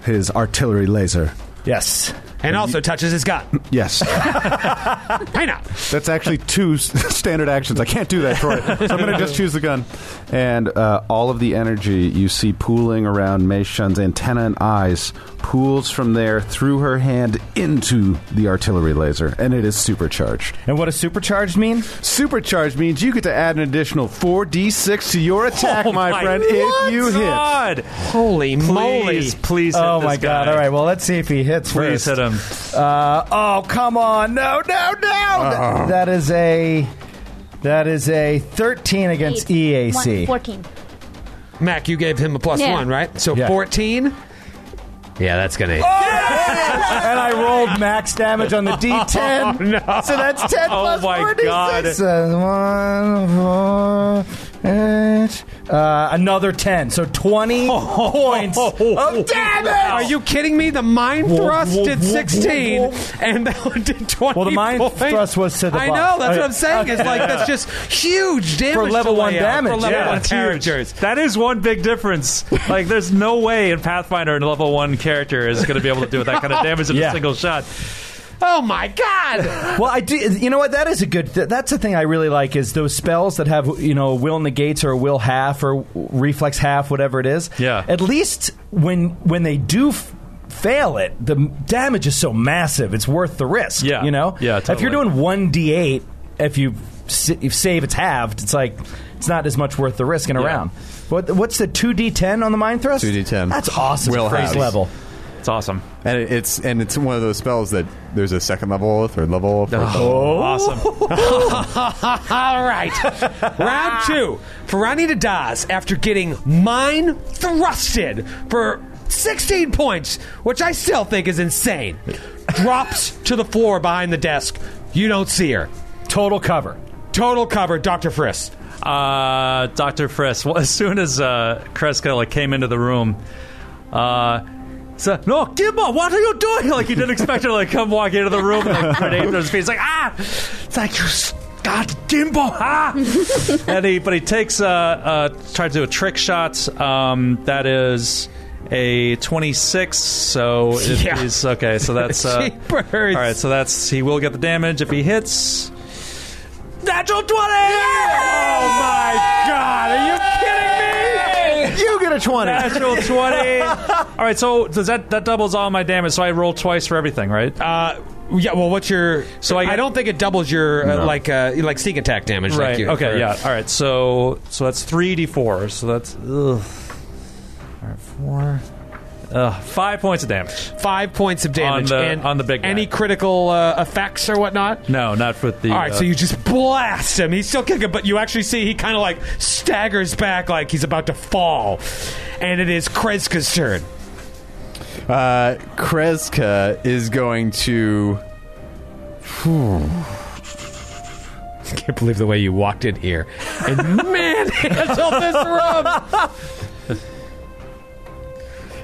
Speaker 5: his artillery laser.
Speaker 4: Yes.
Speaker 2: And also touches his gun.
Speaker 5: Yes,
Speaker 2: Hey now.
Speaker 5: that's actually two s- standard actions. I can't do that, Troy. So I'm going to just choose the gun. And uh, all of the energy you see pooling around Mei Shun's antenna and eyes pools from there through her hand into the artillery laser, and it is supercharged.
Speaker 4: And what does supercharged mean?
Speaker 5: Supercharged means you get to add an additional 4d6 to your attack,
Speaker 6: Oh
Speaker 5: my, friend, if you hit.
Speaker 6: God.
Speaker 2: Holy moly.
Speaker 6: Please, please. Hit
Speaker 4: Oh
Speaker 6: this
Speaker 4: my god.
Speaker 6: guy.
Speaker 4: All right. Well, let's see if he hits
Speaker 6: Please
Speaker 4: first.
Speaker 6: hit him.
Speaker 4: Uh, oh, come on. No, no, no. Th- That is a that is a 13 against E
Speaker 8: Eight.
Speaker 4: EAC.
Speaker 8: One- 14.
Speaker 2: Mac, you gave him a plus
Speaker 8: Yeah.
Speaker 2: one, right? So Oh,
Speaker 4: Yeah.
Speaker 2: 14? Yeah, that's going to.
Speaker 4: Oh, and I rolled max damage on the D10. So that's 10
Speaker 6: Oh
Speaker 4: plus
Speaker 6: my
Speaker 4: 46.
Speaker 6: God.
Speaker 4: Uh, one, four, eight. Uh, another 10. So 20 points of damage.
Speaker 2: Are you kidding me? The mind
Speaker 4: Whoa,
Speaker 2: thrust
Speaker 4: whoa,
Speaker 2: did
Speaker 4: whoa,
Speaker 2: 16,
Speaker 4: whoa, whoa.
Speaker 2: and that one did 20.
Speaker 4: Well, the mind
Speaker 2: points.
Speaker 4: thrust was to the
Speaker 2: I
Speaker 4: boss.
Speaker 2: know, that's what I'm
Speaker 4: Okay.
Speaker 2: saying. It's like, that's just huge damage.
Speaker 4: For level
Speaker 2: to
Speaker 4: one
Speaker 2: lay out,
Speaker 4: damage,
Speaker 2: For level
Speaker 4: yeah.
Speaker 2: one
Speaker 4: That's
Speaker 6: huge.
Speaker 2: characters.
Speaker 6: That is one big difference. Like, there's no way in Pathfinder a level one character is going to be able to do that kind of damage in
Speaker 4: Yeah.
Speaker 6: a single shot.
Speaker 2: Oh, my God.
Speaker 4: Well, I do. You know what? That is a good. th- That's the thing I really like is those spells that have you know will negates or will half or reflex half, whatever it is.
Speaker 6: Yeah.
Speaker 4: At least when when they do. F- Fail it. The m- damage is so massive; it's worth the risk.
Speaker 6: Yeah.
Speaker 4: you know.
Speaker 6: Yeah,
Speaker 4: If you're
Speaker 6: totally.
Speaker 4: doing one d8, if you s- if save, it's halved. It's like it's not as much worth the risk in a
Speaker 6: Yeah.
Speaker 4: round. What what's the two d10 on the mind thrust?
Speaker 7: 2d10.
Speaker 4: That's awesome.
Speaker 7: Will
Speaker 4: First
Speaker 7: halves.
Speaker 4: level.
Speaker 6: It's awesome.
Speaker 7: And it, it's and it's one of those spells that there's a second level, a third level. a fourth level.
Speaker 4: Oh.
Speaker 6: Awesome.
Speaker 2: All right. Round two. Ferrani Daz, after getting mine thrusted for 16 points, which I still think is insane, drops to the floor behind the desk. You don't see her.
Speaker 4: Total cover.
Speaker 2: Total cover, Dr. Friss.
Speaker 6: uh, Dr. Friss, well, as soon as uh, Kreska like, came into the room, uh, so, no, Gimba, what are you doing? Like, he didn't expect her to like, come walk into the room and like, grenade through his feet. He's like, ah! It's like, you s- God, Gimbo, ah! and he, but he takes, uh, uh, tries to do a trick shot. Um, that is a 26, so it
Speaker 2: Yeah.
Speaker 6: is- okay, so that's, uh,
Speaker 2: Jeepers.
Speaker 6: all right, so that's, he will get the damage if he hits. Natural 20! Oh my god, are you kidding me?
Speaker 10: You get a 20.
Speaker 6: Natural 20. all right, so does that that doubles all my damage, so I roll twice for everything, right?
Speaker 2: Uh, yeah, well, what's your. So
Speaker 6: So
Speaker 2: I,
Speaker 6: I-
Speaker 2: don't think it doubles your, uh,
Speaker 5: No.
Speaker 2: like, uh, like sneak attack damage.
Speaker 6: right.
Speaker 2: Like you,
Speaker 6: okay,
Speaker 2: for-
Speaker 6: yeah. All right, so so that's 3d4. So that's ugh. All right, 4 Ugh, 5 points of damage.
Speaker 2: Five points of damage.
Speaker 6: On the-
Speaker 2: and
Speaker 6: on the big guy.
Speaker 2: Any critical uh, effects or whatnot?
Speaker 6: No, not with the
Speaker 2: All right,
Speaker 6: uh,
Speaker 2: so you just blast him. He's still kicking, but you actually see he kind of like staggers back like he's about to fall. And it is Kreska's turn.
Speaker 7: Uh, Kreska is going to
Speaker 2: I can't believe the way you walked in here and man handled this room.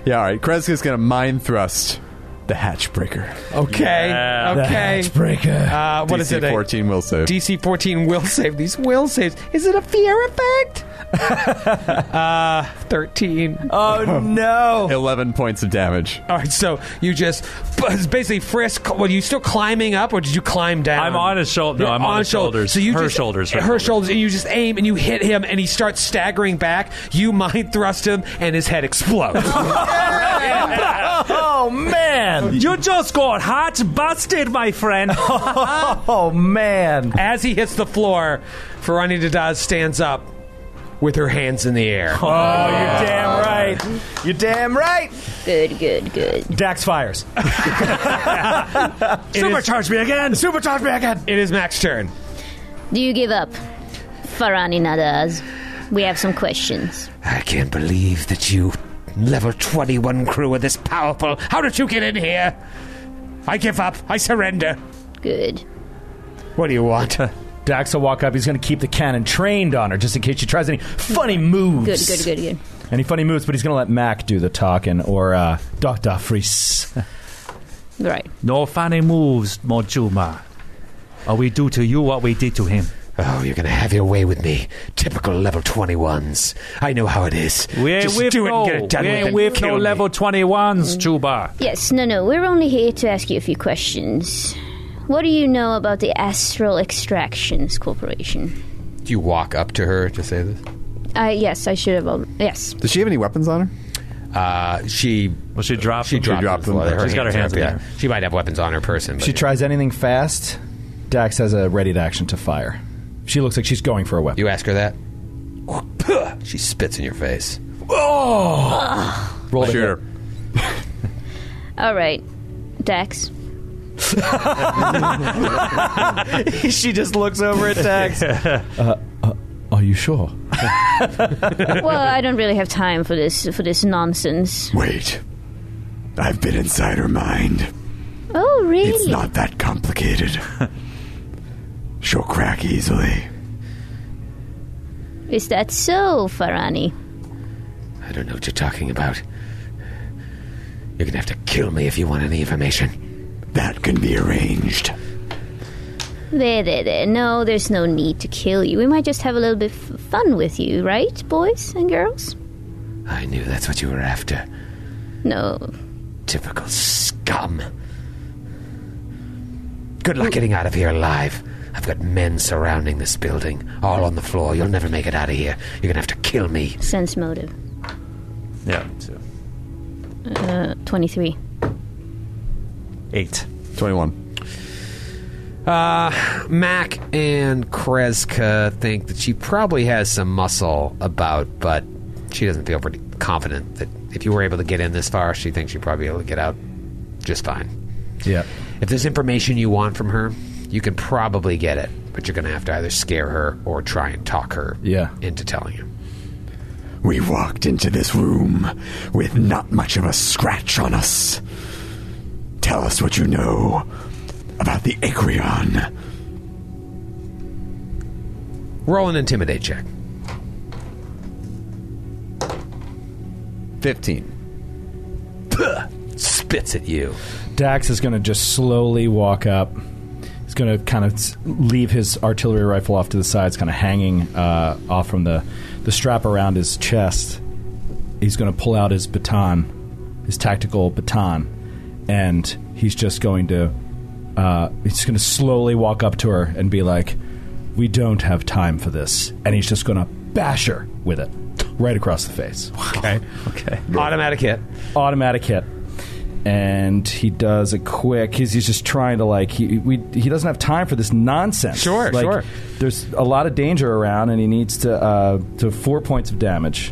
Speaker 7: Yeah, all right. Kreska's gonna mind thrust the hatch breaker.
Speaker 2: Okay,
Speaker 6: Yeah.
Speaker 4: The
Speaker 2: okay.
Speaker 4: hatchbreaker.
Speaker 2: Uh, what
Speaker 7: DC
Speaker 2: is it? a-
Speaker 7: Fourteen will save.
Speaker 2: DC 14 will save. These will saves. Is it a fear effect? uh, 13.
Speaker 4: oh no!
Speaker 7: Eleven points of damage.
Speaker 2: All right, so you just it's basically frisk. Were you still climbing up, or did you climb down?
Speaker 6: I'm on his shoulder. No,
Speaker 2: You're
Speaker 6: I'm on, his shoulders.
Speaker 2: So you
Speaker 6: her
Speaker 2: just,
Speaker 6: shoulders.
Speaker 2: her shoulders. and you just aim and you hit him, and he starts staggering back. You mind thrust him, and his head explodes.
Speaker 4: Oh man!
Speaker 6: You just got hot busted, my friend.
Speaker 4: Oh man!
Speaker 2: As he hits the floor, Ferrani Dadaz stands up with her hands in the air.
Speaker 4: Oh, you're damn right. You're damn right.
Speaker 8: Good, good, good.
Speaker 4: Dax fires.
Speaker 6: Supercharge me again.
Speaker 4: Supercharge me again.
Speaker 2: It is Mac's turn.
Speaker 8: Do you give up, Farani Nadaz? We have some questions.
Speaker 2: I can't believe that you, level 21 crew, are this powerful. How did you get in here? I give up. I surrender.
Speaker 8: Good.
Speaker 2: What do you want?
Speaker 4: Dax will walk up. He's going to keep the cannon trained on her just in case she tries any funny moves.
Speaker 8: Good, good, good, good.
Speaker 4: Any funny moves, but he's going to let Mac do the talking or uh, Dr. Freeze.
Speaker 8: Right.
Speaker 6: No funny moves, Mojuma. Or we do to you what we did to him.
Speaker 2: oh, you're going to have your way with me. Typical level 21s. I know how it is.
Speaker 6: We ain't
Speaker 2: Just
Speaker 6: with
Speaker 2: do it
Speaker 6: no,
Speaker 2: and get it done
Speaker 6: we
Speaker 2: with
Speaker 6: ain't
Speaker 2: and
Speaker 6: with
Speaker 2: kill
Speaker 6: no
Speaker 2: me.
Speaker 6: level 21s, Juba.
Speaker 8: Yes, no, no. We're only here to ask you a few questions. What do you know about the Astral Extractions Corporation?
Speaker 2: Do you walk up to her to say this?
Speaker 8: Uh, yes, I should have. al- yes.
Speaker 7: Does she have any weapons on her?
Speaker 2: Uh, she.
Speaker 6: Well, she dropped
Speaker 2: She
Speaker 6: them.
Speaker 2: dropped,
Speaker 7: She dropped
Speaker 2: them.
Speaker 7: them.
Speaker 2: Her
Speaker 6: She's got her hands
Speaker 2: are
Speaker 6: in
Speaker 2: up, She might have weapons on her person. But
Speaker 4: she tries anything fast. Dax has a ready to action to fire. She looks like she's going for a weapon.
Speaker 2: You ask her that? She spits in your face.
Speaker 4: Roll to
Speaker 7: Sure.
Speaker 4: hit.
Speaker 8: All right. Dax.
Speaker 4: she just looks over at Dax. are you sure?
Speaker 8: Well, I don't really have time for this for this nonsense.
Speaker 7: Wait. I've been inside her mind.
Speaker 8: Oh, really?
Speaker 7: It's not that complicated. She'll crack easily.
Speaker 8: Is that so, Farani?
Speaker 2: I don't know what you're talking about. You're going to have to kill me if you want any information.
Speaker 7: That can be arranged.
Speaker 8: There, there, there. No, there's no need to kill you. We might just have a little bit of fun with you, right, boys and girls?
Speaker 2: I knew that's what you were after.
Speaker 8: No.
Speaker 2: Typical scum. Good luck getting out of here alive. I've got men surrounding this building, all on the floor. You'll never make it out of here. You're gonna have to kill me.
Speaker 8: Sense motive.
Speaker 6: Yeah.
Speaker 8: Uh, 23.
Speaker 6: Eight.
Speaker 7: 21.
Speaker 2: Mac and Kreska think that she probably has some muscle about, but she doesn't feel pretty confident that if you were able to get in this far, she thinks you'd probably be able to get out just fine.
Speaker 4: Yeah.
Speaker 2: If there's information you want from her, you can probably get it, but you're gonna have to either scare her or try and talk her
Speaker 4: Yeah.
Speaker 2: into telling you.
Speaker 7: We walked into this room with not much of a scratch on us. Tell us what you know about the Acreon.
Speaker 2: Roll an intimidate check.
Speaker 7: 15.
Speaker 2: Spits at you.
Speaker 4: Dax is going to just slowly walk up. He's going to kind of s- leave his artillery rifle off to the side. It's kind of hanging uh, off from the, the strap around his chest. He's going to pull out his baton, his tactical baton, and he's just going to uh, he's going to slowly walk up to her and be like, "We don't have time for this," and he's just going to bash her with it right across the face
Speaker 2: Automatic hit.
Speaker 4: automatic hit and he does a quick he's, he's just trying to like he we, he doesn't have time for this nonsense
Speaker 2: Sure,
Speaker 4: like,
Speaker 2: sure.
Speaker 4: there's a lot of danger around and he needs to uh, to four points of damage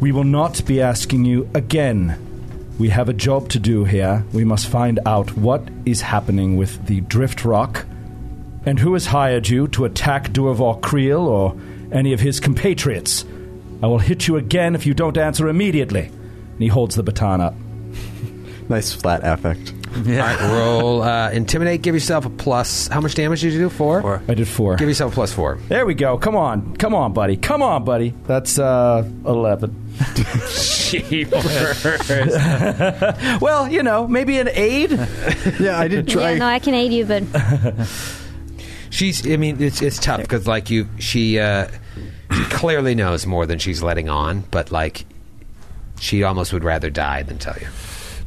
Speaker 4: we will not be asking you again we have a job to do here we must find out what is happening with the drift rock and who has hired you to attack Durvor Creel or any of his compatriots? I will hit you again if you don't answer immediately. And he holds the baton up.
Speaker 7: Nice flat affect.
Speaker 2: All right, roll uh, intimidate. Give yourself a plus. How much damage did you do? Four.
Speaker 6: Four.
Speaker 4: I did four.
Speaker 2: Give yourself a plus four.
Speaker 4: There we go. Come on. Come on, buddy. Come on, buddy. That's uh, 11.
Speaker 2: Jeepers.
Speaker 4: Well, you know, maybe an aid.
Speaker 7: Yeah, I did try.
Speaker 8: Yeah, no, I can aid you, but
Speaker 2: she's. I mean, it's it's tough because like you, she, uh, she clearly knows more than she's letting on, but like. She almost would rather die than tell you.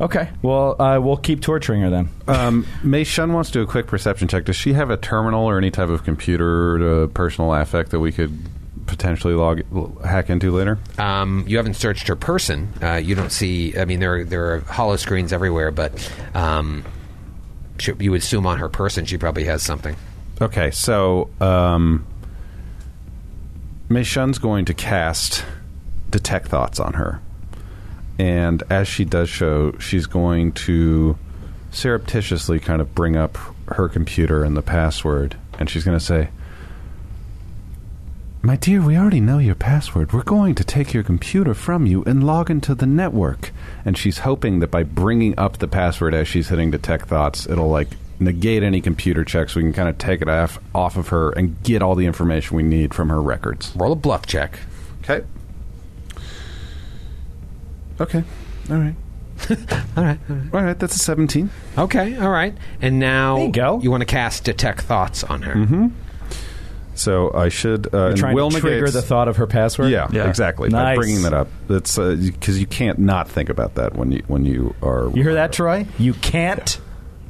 Speaker 4: Okay. Well, uh, we'll keep torturing her then.
Speaker 5: Um, Mei Shun wants to do a quick perception check. Does she have a terminal or any type of computer uh, personal affect that we could potentially log hack into later?
Speaker 2: Um, you haven't searched her person. Uh, you don't see. I mean, there are, there are hollow screens everywhere, but um, she, you would assume on her person she probably has something.
Speaker 5: Okay, so um, Mei Shun's going to cast Detect Thoughts on her. And as she does so, she's going to surreptitiously kind of bring up her computer and the password. And she's going to say, My dear, we already know your password. We're going to take your computer from you and log into the network. And she's hoping that by bringing up the password as she's hitting Detect Thoughts, it'll like negate any computer checks. We can kind of take it off, off of her and get all the information we need from her records.
Speaker 2: Roll a bluff check.
Speaker 5: Okay. Okay. All right.
Speaker 2: All right.
Speaker 5: All right. That's a 17.
Speaker 2: Okay. All right. And now
Speaker 4: There you go. Mm-hmm.
Speaker 2: want to cast detect thoughts on her.
Speaker 5: So I should. Uh, and
Speaker 4: Trying
Speaker 5: will
Speaker 4: to trigger
Speaker 5: negates-
Speaker 4: the thought of her password.
Speaker 5: Yeah,
Speaker 6: Yeah.
Speaker 5: exactly.
Speaker 4: Nice.
Speaker 5: By bringing that up, that's because you can't not think about that when you when you are.
Speaker 4: You hear that, Troy? You can't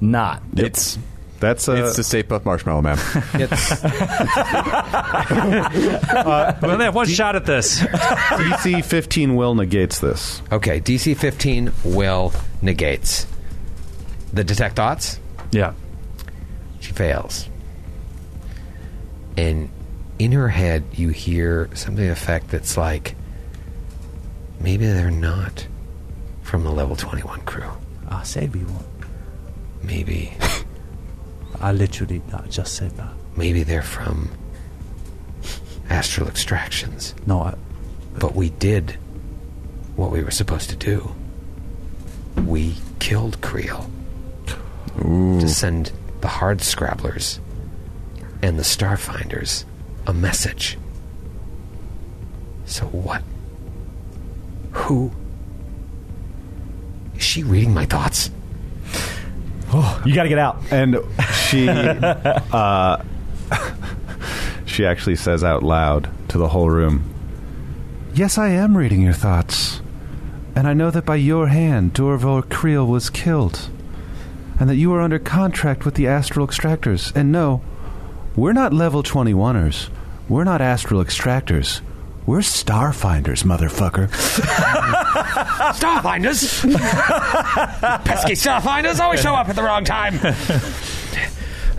Speaker 4: not.
Speaker 7: It's
Speaker 5: That's uh,
Speaker 7: it's the Safe Up Marshmallow Man.
Speaker 2: It's,
Speaker 6: We only have one shot at this.
Speaker 5: DC 15 will negates this.
Speaker 2: okay. DC 15 will negates the detect thoughts.
Speaker 6: yeah.
Speaker 2: She fails. And in her head, you hear something to the effect that's like, maybe they're not from the level 21 crew.
Speaker 4: Ah,
Speaker 6: I said we won't.
Speaker 2: Maybe,
Speaker 6: I literally not just said that.
Speaker 2: maybe they're from astral extractions.
Speaker 6: No, I,
Speaker 2: But we did what we were supposed to do. We killed Creel to send the hard scrabblers and the starfinders a message. So what? Who? Is she reading my thoughts?
Speaker 4: You got to get out.
Speaker 5: And she uh, she actually says out loud to the whole room, "Yes, I am reading your thoughts, and I know that by your hand Dorvor Creel was killed, and that you are under contract with the Astral Extractors. And no, we're not level twenty-oneers. We're not Astral Extractors." We're Starfinders, motherfucker.
Speaker 2: Starfinders! Pesky starfinders always show up at the wrong time!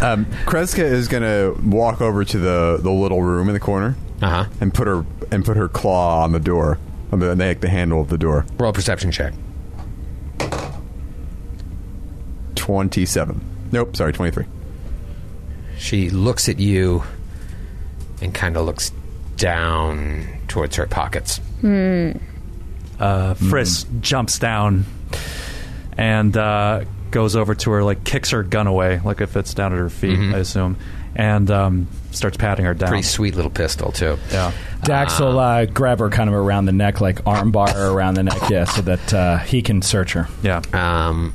Speaker 7: Um, Kreska is gonna walk over to the the little room in the corner
Speaker 2: Uh huh.
Speaker 7: and put her and put her claw on the door, on the like the handle of the door.
Speaker 2: Roll a perception check.
Speaker 7: Twenty seven. Nope, sorry, twenty three.
Speaker 2: She looks at you and kind of looks down towards her pockets.
Speaker 6: uh, Frisk jumps down and uh, goes over to her, like kicks her gun away, like if it's down at her feet, I assume, and um, starts patting her down.
Speaker 2: Pretty sweet little pistol, too.
Speaker 6: yeah.
Speaker 4: Dax will uh, grab her kind of around the neck, like armbar around the neck, yeah, so that uh, he can search her.
Speaker 6: Yeah.
Speaker 2: Um,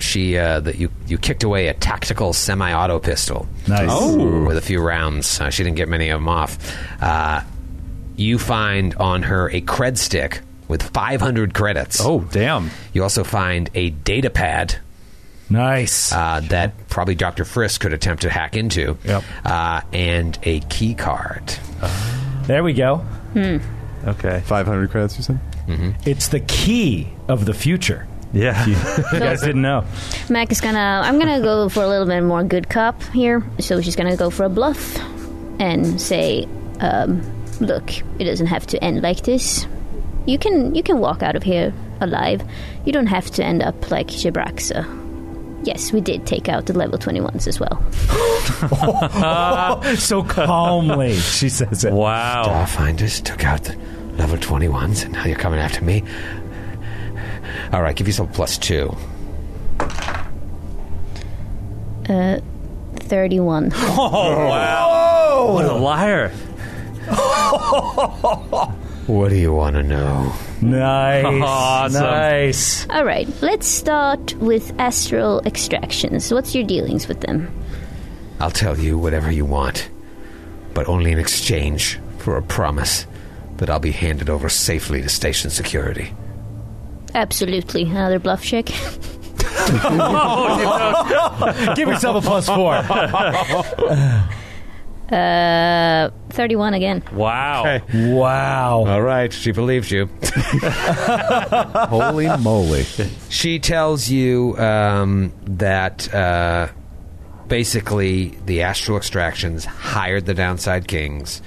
Speaker 2: she uh, that you you kicked away a tactical semi-auto pistol.
Speaker 4: Nice.
Speaker 6: Oh.
Speaker 2: with a few rounds. Uh, she didn't get many of them off. Uh, you find on her a cred stick with 500 credits.
Speaker 6: Oh, damn.
Speaker 2: You also find a data pad
Speaker 4: Nice.
Speaker 2: uh, that probably Dr. Frisk could attempt to hack into,
Speaker 6: Yep.
Speaker 2: uh, and a key card.
Speaker 4: there we go.
Speaker 6: Okay.
Speaker 7: Five hundred credits, you said?
Speaker 4: It's the key of the future.
Speaker 6: Yeah.
Speaker 4: You guys didn't know.
Speaker 8: Mac is gonna. I'm gonna go for a little bit more good cop here. So she's gonna go for a bluff and say, um, "Look, it doesn't have to end like this. You can you can walk out of here alive. You don't have to end up like Gibraxa." Yes, we did take out the level 21s as well.
Speaker 4: So calmly, she says it.
Speaker 6: wow.
Speaker 2: Starfinders took out the level 21s, and now you're coming after me. All right, give yourself plus two.
Speaker 8: Uh, 31.
Speaker 6: What a liar.
Speaker 2: What do you want to know?
Speaker 4: Nice.
Speaker 6: Awesome.
Speaker 4: Nice.
Speaker 8: All right, let's start with astral extractions. What's your dealings with them?
Speaker 2: I'll tell you whatever you want, but only in exchange for a promise that I'll be handed over safely to station security.
Speaker 8: Absolutely. Another bluff check.
Speaker 4: Give yourself a plus four.
Speaker 8: 31 again.
Speaker 6: Wow.
Speaker 4: wow.
Speaker 2: All right, she believes you.
Speaker 5: Holy moly!
Speaker 2: She tells you um, that uh, basically the astral extractions hired the Downside Kings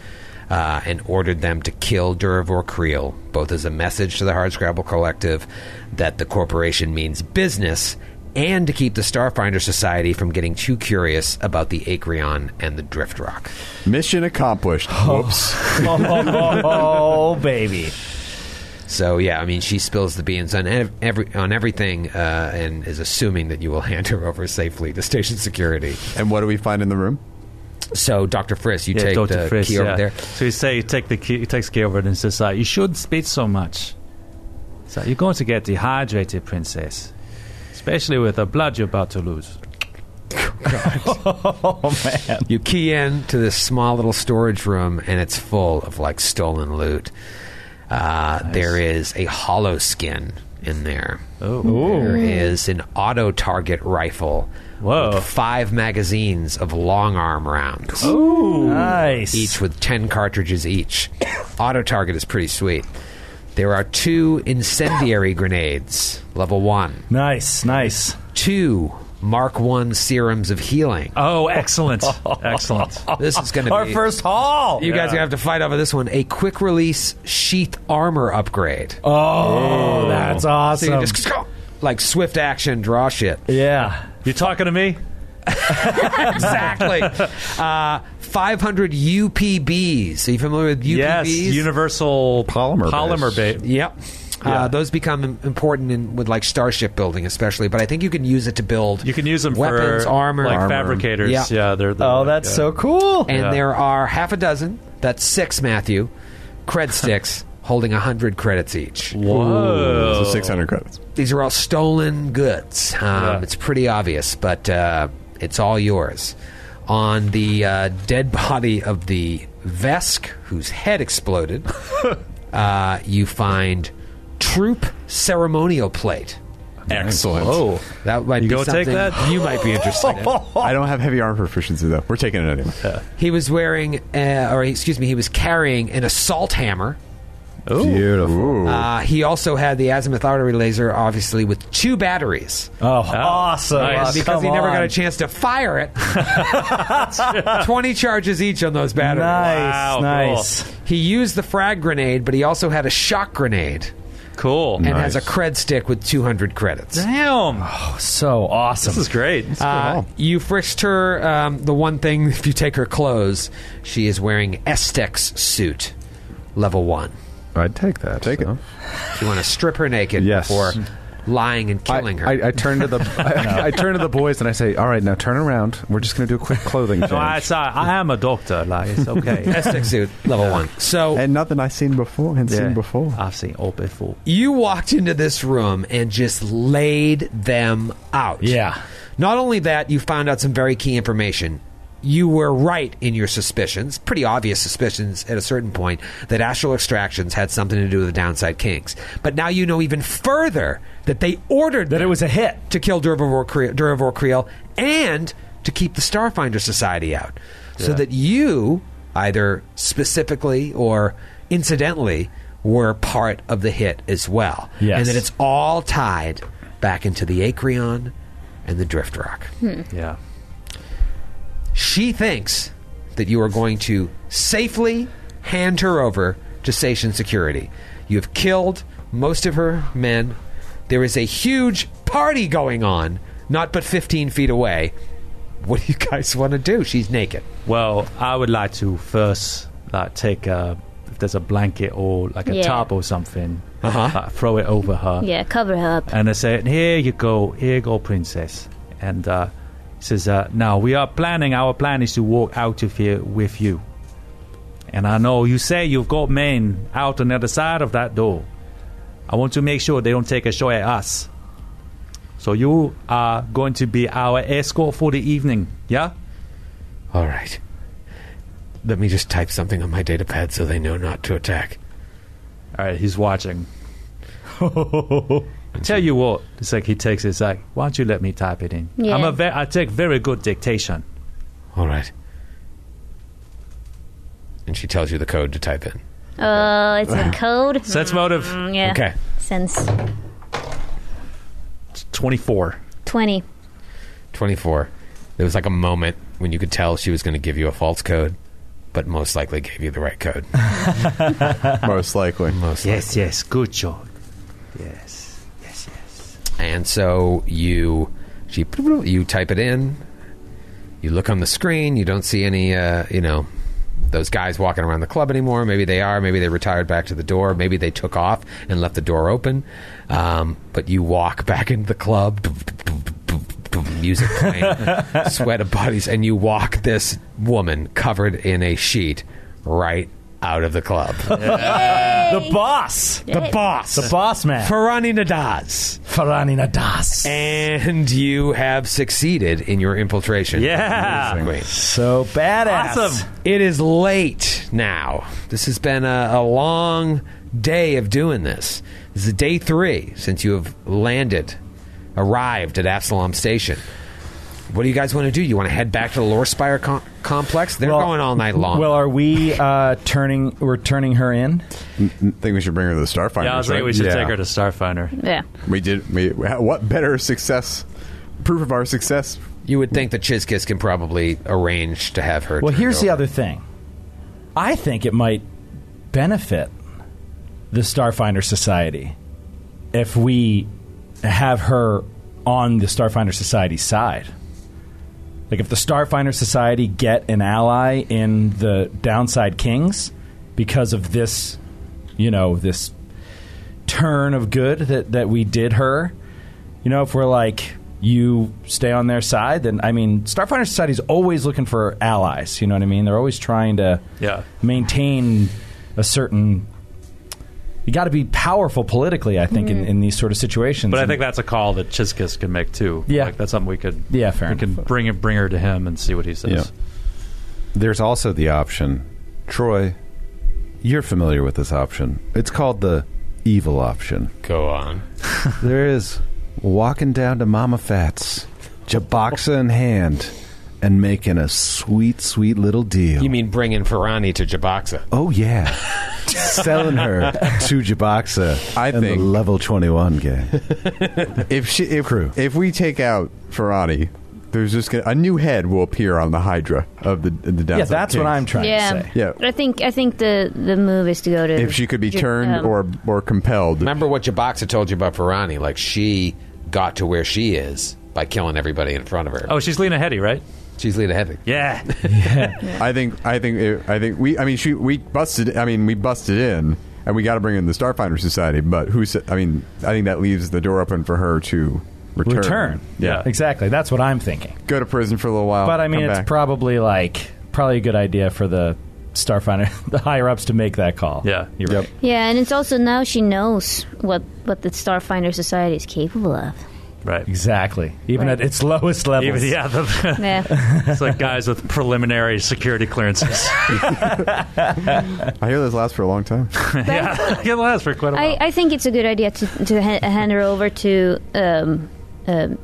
Speaker 2: uh, and ordered them to kill Durivor Creel, both as a message to the Hardscrabble Collective that the corporation means business and to keep the Starfinder Society from getting too curious about the Acreon and the Drift Rock.
Speaker 7: Mission accomplished. Whoops.
Speaker 4: Oh, baby.
Speaker 2: So yeah, I mean, she spills the beans on ev- every on everything, uh, and is assuming that you will hand her over safely to station security.
Speaker 7: and what do we find in the room?
Speaker 2: So Doctor Friss, you
Speaker 6: Yeah,
Speaker 2: take
Speaker 6: Dr.
Speaker 2: the
Speaker 6: Fritz,
Speaker 2: key over
Speaker 6: yeah.
Speaker 2: there.
Speaker 6: So he say he take the key, he takes key over and says, uh, "You shouldn't speak so much. So you're going to get dehydrated, princess, especially with the blood you're about to lose."
Speaker 2: You key in to this small little storage room, and it's full of like stolen loot. Uh, There is a hollow skin in there.
Speaker 6: Oh.
Speaker 2: There is an auto target rifle
Speaker 6: Whoa. Oh.
Speaker 2: with five magazines of long arm rounds.
Speaker 4: Nice.
Speaker 2: each with 10 cartridges each. Auto target is pretty sweet. There are two incendiary grenades, level 1.
Speaker 4: Nice, nice.
Speaker 2: Two Mark 1 serums of healing.
Speaker 6: Oh, excellent, excellent.
Speaker 2: This is going to be
Speaker 4: Uh, Our first haul.
Speaker 2: You guys are going to have to fight over this one. A quick release sheath armor upgrade. Oh,
Speaker 4: Oh, that's
Speaker 2: so you
Speaker 4: awesome.
Speaker 2: just like swift action draw shit.
Speaker 4: yeah.
Speaker 6: You talking to me?
Speaker 2: Exactly. uh 500 UPBs. Are you familiar with UPBs?
Speaker 6: Yes, universal
Speaker 5: Polymer base.
Speaker 6: polymer bait.
Speaker 2: Yep. Uh, those become im- important in, with like starship building, especially. But I think you can use it to build.
Speaker 6: You can use them
Speaker 2: weapons,
Speaker 6: for
Speaker 2: armor,
Speaker 6: like
Speaker 2: armor.
Speaker 6: fabricators.
Speaker 2: Yeah.
Speaker 6: Yeah, they're. they're
Speaker 4: Oh,
Speaker 6: like,
Speaker 4: that's
Speaker 6: uh,
Speaker 4: so cool.
Speaker 2: and
Speaker 6: yeah.
Speaker 2: there are half a dozen. That's six, Matthew, cred sticks holding a hundred credits each.
Speaker 6: Whoa.
Speaker 7: So 600 credits.
Speaker 2: These are all stolen goods. Um, It's pretty obvious, but uh, it's all yours. On the uh, dead body of the Vesk, whose head exploded, uh, you find troop ceremonial plate.
Speaker 7: Excellent.
Speaker 6: Oh,
Speaker 2: That might
Speaker 6: You
Speaker 2: be
Speaker 6: go
Speaker 2: something
Speaker 6: take that?
Speaker 2: you might be interested in.
Speaker 7: I don't have heavy armor proficiency, though. We're taking it anyway.
Speaker 2: He was wearing, uh, or excuse me, he was carrying an assault hammer.
Speaker 5: Beautiful.
Speaker 2: Uh, he also had the azimuth artery laser, obviously, with two batteries. Uh,
Speaker 4: Oh, awesome.
Speaker 6: nice.
Speaker 4: Oh,
Speaker 2: because he
Speaker 4: come
Speaker 2: never got
Speaker 4: on.
Speaker 2: a chance to fire it. 20 charges each on those batteries.
Speaker 4: Nice,
Speaker 6: Wow,
Speaker 4: nice.
Speaker 2: He used the frag grenade, but he also had a shock grenade
Speaker 6: cool.
Speaker 2: and has a cred stick with 200 credits.
Speaker 6: Damn,
Speaker 4: So awesome.
Speaker 6: this is great.
Speaker 5: Oh,
Speaker 2: Uh, you frisked her. Um, the one thing, if you take her clothes, she is wearing Estex suit, level one.
Speaker 5: I'd take that.
Speaker 7: Take it.
Speaker 5: so.
Speaker 2: You want to strip her naked
Speaker 5: Yes.
Speaker 2: before lying and
Speaker 5: I,
Speaker 2: killing her.
Speaker 5: I, I turn to the I, I turn to the boys and I say, "All right, now turn around. We're just going to do a quick clothing change."
Speaker 6: No, I, it's, uh, I am a doctor. Like it's okay.
Speaker 2: Aztec suit, level one. So
Speaker 7: And nothing I've seen before, hadn't
Speaker 6: Yeah.
Speaker 7: seen before.
Speaker 6: I've seen all before.
Speaker 2: you walked into this room and just laid them out.
Speaker 4: Yeah.
Speaker 2: Not only that, you found out some very key information. You were right in your suspicions, pretty obvious suspicions at a certain point, that astral extractions had something to do with the Downside Kings. But now you know even further that they ordered
Speaker 4: That it
Speaker 2: them
Speaker 4: was a hit.
Speaker 2: to kill Durivor Creel, Durivor Creel and to keep the Starfinder Society out. So that you, either specifically or incidentally, were part of the hit as well.
Speaker 4: Yes.
Speaker 2: And that it's all tied back into the Acreon and the Drift Rock.
Speaker 6: Yeah.
Speaker 2: She thinks that you are going to safely hand her over to station security. You have killed most of her men. There is a huge party going on, not but 15 feet away. What do you guys want to do? She's naked.
Speaker 6: Well, I would like to first like take a if there's a blanket or like a
Speaker 8: Yeah.
Speaker 6: tarp or something,
Speaker 2: Uh-huh.
Speaker 6: like, throw it over her,
Speaker 8: Yeah, cover her up.
Speaker 6: and I say, "Here you go, here you go, princess," and uh, He says, uh, "Now we are planning. Our plan is to walk out of here with you. And I know you say you've got men out on the other side of that door. I want to make sure they don't take a shot at us. So you are going to be our escort for the evening. Yeah."
Speaker 2: All right. Let me just type something on my data pad so they know not to attack.
Speaker 6: All right, he's watching. I tell you what, it's like he takes it. It's like, why don't you let me type it in?
Speaker 8: Yeah.
Speaker 6: I'm a ve- I take very good dictation.
Speaker 2: All right. And she tells you the code to type in.
Speaker 8: Oh, it's a code.
Speaker 6: Sense motive
Speaker 8: Mm, yeah.
Speaker 2: Okay.
Speaker 8: Sense
Speaker 6: twenty four.
Speaker 8: twenty.
Speaker 2: 24. There was like a moment when you could tell she was going to give you a false code, but most likely gave you the right code.
Speaker 7: most likely.
Speaker 2: Most
Speaker 6: Yes, yes, good job. Yes, yes, yes.
Speaker 2: And so you she you type it in. You look on the screen. You don't see any, uh, you know, those guys walking around the club anymore. Maybe they are. Maybe they retired back to the door. Maybe they took off and left the door open. Um, but you walk back into the club. Music playing, sweat of bodies, and you walk this woman covered in a sheet right out of the club.
Speaker 4: The boss.
Speaker 8: The
Speaker 2: boss,
Speaker 4: The boss man.
Speaker 2: Ferrani Nadaz.
Speaker 4: Farani Nadas.
Speaker 2: And you have succeeded in your infiltration.
Speaker 6: Yeah.
Speaker 2: Amazing. Queen.
Speaker 4: so badass.
Speaker 6: Awesome.
Speaker 2: It is late now. This has been a, a long day of doing this. This is day three since you have landed, arrived at Absalom Station. What do you guys want to do? You want to head back to the Lorespire com- complex? They're
Speaker 4: Well-
Speaker 2: going all night long.
Speaker 4: Well, are we uh, turning? We're turning her in.
Speaker 7: I think we should bring her to the Starfinder.
Speaker 6: Yeah, I was like, we should take her to Starfinder.
Speaker 8: Yeah.
Speaker 7: We did. We what better success? Proof of our success.
Speaker 2: you would think that Chizkis can probably arrange to have her.
Speaker 4: Well,
Speaker 2: turned
Speaker 4: here's the
Speaker 2: over.
Speaker 4: other thing. I think it might benefit the Starfinder Society if we have her on the Starfinder Society's side. Like if the Starfinder Society get an ally in the Downside Kings because of this, you know, this turn of good that, that we did her, you know, if we're like you stay on their side, then I mean, Starfinder Society's always looking for allies. You know what I mean? They're always trying to
Speaker 6: Yeah.
Speaker 4: maintain a certain. You got to be powerful politically, I think, in, in these sort of situations.
Speaker 6: But I
Speaker 4: And-
Speaker 6: think that's a call that Chizkis can make too.
Speaker 4: Yeah.
Speaker 6: Like, that's something we could.
Speaker 4: Yeah, fair
Speaker 6: We can
Speaker 4: enough.
Speaker 6: bring it, bring her to him and see what he says.
Speaker 5: Yeah. There's also the option, Troy. You're familiar with this option. It's called the evil option.
Speaker 2: Go on.
Speaker 5: There is walking down to Mama Fats, Jaboxa in hand, and making a sweet, sweet little deal.
Speaker 2: You mean bringing Ferrani to Jaboxa?
Speaker 5: Oh yeah, selling her to Jaboxa.
Speaker 7: I
Speaker 5: and
Speaker 7: think-
Speaker 5: the level twenty one game.
Speaker 7: If she, if if we take out Ferrani, there's just gonna, a new head will appear on the Hydra of the the downside.
Speaker 4: yeah, that's what
Speaker 7: Kings.
Speaker 4: I'm trying to
Speaker 8: Yeah.
Speaker 4: say.
Speaker 7: Yeah.
Speaker 8: But I think I think the the move is to go to
Speaker 7: If she could be
Speaker 8: Ju-
Speaker 7: turned
Speaker 8: um,
Speaker 7: or or compelled.
Speaker 2: Remember what Jaboxa told you about Ferrani? Like she got to where she is by killing everybody in front of her.
Speaker 6: Oh, she's Lena Headey, right?
Speaker 2: She's Lita Headley.
Speaker 6: Yeah.
Speaker 7: I think I think it- I think we I mean she we busted I mean we busted in and we got to bring in the Starfinder Society but who said I mean I think that leaves the door open for her to return
Speaker 4: Return.
Speaker 7: yeah
Speaker 4: Exactly. That's what I'm thinking.
Speaker 7: go to prison for a little while
Speaker 4: But I mean,
Speaker 7: come
Speaker 4: it's
Speaker 7: back.
Speaker 4: probably like probably a good idea for the Starfinder, the higher ups, to make that call.
Speaker 6: Yeah.
Speaker 4: you're
Speaker 7: Yep.
Speaker 4: right.
Speaker 8: Yeah, and it's also now she knows what what the Starfinder Society is capable of.
Speaker 6: right.
Speaker 4: Exactly. Even
Speaker 8: Right.
Speaker 4: at its lowest level.
Speaker 6: Even, yeah. the-
Speaker 8: Yeah.
Speaker 6: it's like guys with preliminary security clearances.
Speaker 7: I hear those last for a long time
Speaker 6: yeah. It lasts for quite a
Speaker 8: I,
Speaker 6: while.
Speaker 8: I think it's a good idea to to ha- hand her over to um um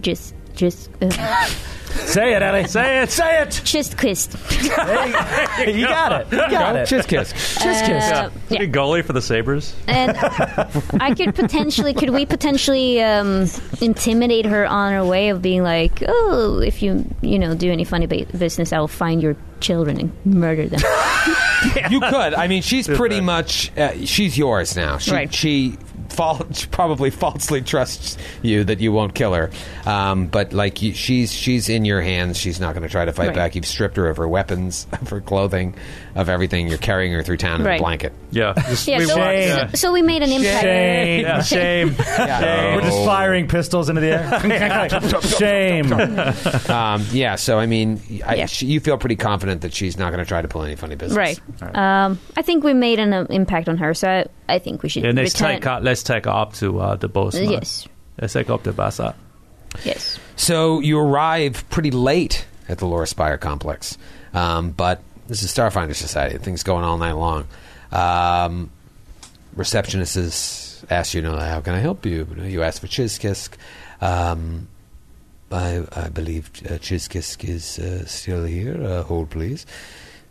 Speaker 8: just just uh,
Speaker 4: Say it, Ellie. Say it. Say it.
Speaker 8: just kissed.
Speaker 4: you got it. You got it. Uh,
Speaker 2: Just kiss.
Speaker 4: Just kiss.
Speaker 6: yeah.
Speaker 8: yeah.
Speaker 6: Good goalie for the Sabres.
Speaker 8: And I could potentially, could we potentially um, intimidate her on her way of being like, oh, if you, you know, do any funny ba- business, I will find your children and murder them.
Speaker 2: you could. I mean, she's pretty much uh, she's yours now. She
Speaker 8: Right.
Speaker 2: she
Speaker 11: fal- probably falsely trusts you that you won't kill her. Um, but like you, she's she's in your hands. She's not going to try to fight
Speaker 8: Right.
Speaker 11: back. You've stripped her of her weapons, of her clothing, of everything. You're carrying her through town in a
Speaker 8: Right.
Speaker 11: blanket.
Speaker 6: Yeah.
Speaker 8: Yeah, so,
Speaker 4: Shame.
Speaker 8: so, so we made an impact.
Speaker 4: Shame.
Speaker 6: Yeah.
Speaker 4: Shame. We're just firing pistols into the air. Shame.
Speaker 11: Um, yeah. So I mean, I,
Speaker 8: Yeah.
Speaker 11: she, you feel pretty confident that she's not going to try to pull any funny business.
Speaker 8: Right. Um, I think we made an uh, impact on her, so I, I think we should
Speaker 6: And let's
Speaker 8: return.
Speaker 6: take, uh, let's take up to uh, the boss.
Speaker 8: yes.
Speaker 6: Let's take up to Basa.
Speaker 8: Yes.
Speaker 11: So you arrive pretty late at the Laura Spire complex, um, but this is Starfinder Society. Things going all night long. Um, receptionists ask you, you know, how can I help you? You ask for Chizkisk. Um, I, I believe uh, Chizkisk is uh, still here. Uh, hold, please.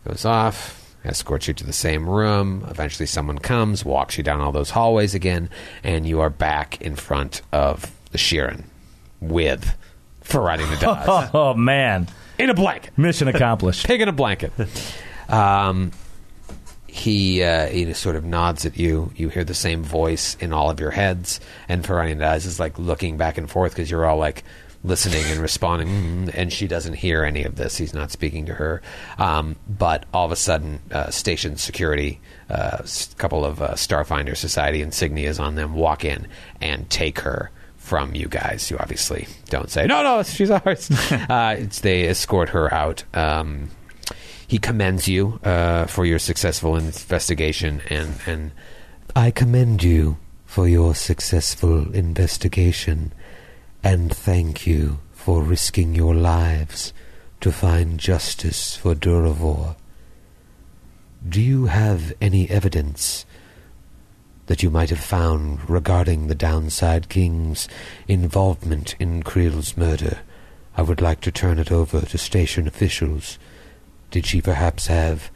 Speaker 11: Goes off, escorts you to the same room. Eventually, someone comes, walks you down all those hallways again, and you are back in front of the Sheeran with Ferrari Nadaz
Speaker 4: Oh, man.
Speaker 11: in a blanket
Speaker 4: Mission accomplished.
Speaker 11: pig in a blanket. Um, he uh, he just sort of nods at you. You hear the same voice in all of your heads, and Ferrani Dies is like looking back and forth because you're all like listening and responding, "Mm," and she doesn't hear any of this. He's not speaking to her. Um, but all of a sudden, uh, station security, a couple of uh, Starfinder Society insignias on them, walk in and take her from you guys. You obviously don't say no, no, she's ours. uh, it's, they escort her out. Um, he commends you uh, for your successful investigation, and and
Speaker 2: I commend you for your successful investigation and thank you for risking your lives to find justice for Duravor. Do you have any evidence that you might have found regarding the Downside King's involvement in Creel's murder? I would like to turn it over to station officials. Did she perhaps have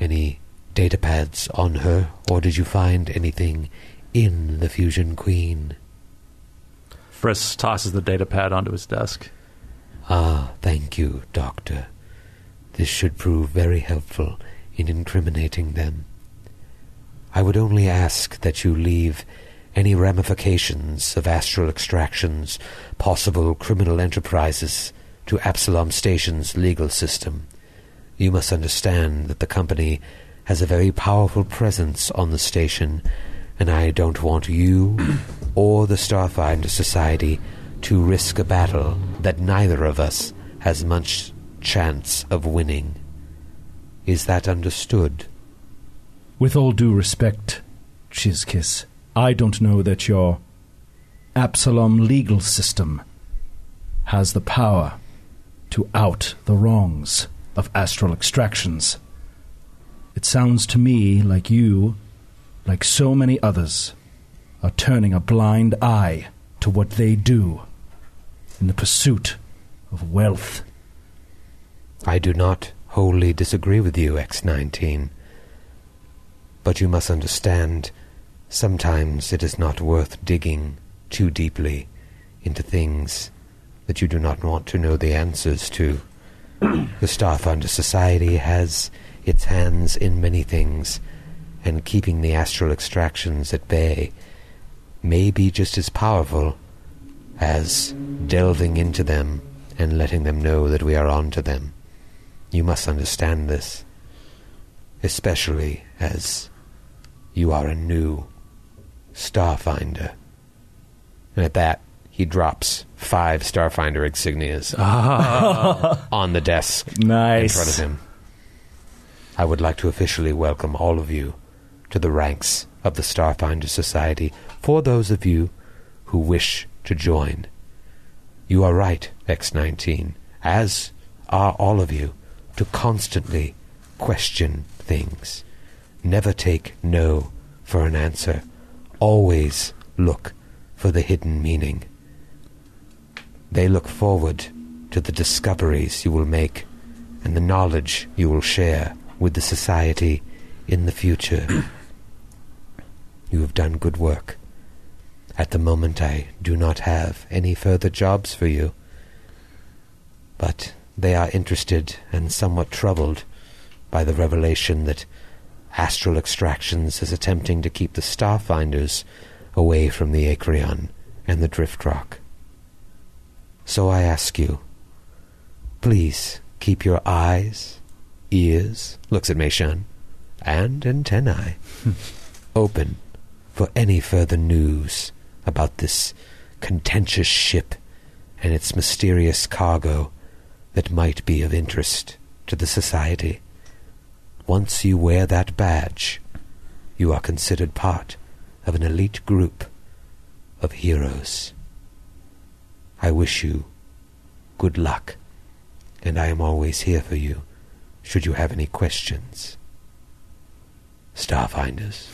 Speaker 2: any data pads on her, or did you find anything in the Fusion Queen?
Speaker 6: Frisk tosses the data pad onto his desk.
Speaker 2: Ah, thank you, Doctor. This should prove very helpful in incriminating them. I would only ask that you leave any ramifications of astral extractions, possible criminal enterprises, to Absalom Station's legal system. You must understand that the company has a very powerful presence on the station, and I don't want you or the Starfinder Society to risk a battle that neither of us has much chance of winning. Is that understood?
Speaker 4: With all due respect, Chizkiss, I don't know that your Absalom legal system has the power to out the wrongs of astral extractions. It sounds to me like you, like so many others, are turning a blind eye to what they do in the pursuit of wealth.
Speaker 2: I do not wholly disagree with you, X19. But you must understand, sometimes it is not worth digging too deeply into things that you do not want to know the answers to. the Starfinder Society has its hands in many things, and keeping the astral extractions at bay may be just as powerful as delving into them and letting them know that we are on to them. You must understand this, especially as you are a new Starfinder. And at that, he drops five Starfinder insignias on the desk in
Speaker 4: Nice.
Speaker 2: front of him. I would like to officially welcome all of you to the ranks of the Starfinder Society for those of you who wish to join. You are right, X19, as are all of you, to constantly question things. Never take no for an answer. Always look for the hidden meaning. They look forward to the discoveries you will make and the knowledge you will share with the society in the future. you have done good work. At the moment, I do not have any further jobs for you, but they are interested and somewhat troubled by the revelation that Astral Extractions is attempting to keep the Starfinders
Speaker 3: away from the Acreon and the Drift Rock. So I ask you, please keep your eyes, ears, looks at Meishan, and antennae open for any further news about this contentious ship and its mysterious cargo that might be of interest to the society. Once you wear that badge, you are considered part of an elite group of heroes. I wish you good luck, and I am always here for you should you have any questions. Starfinders.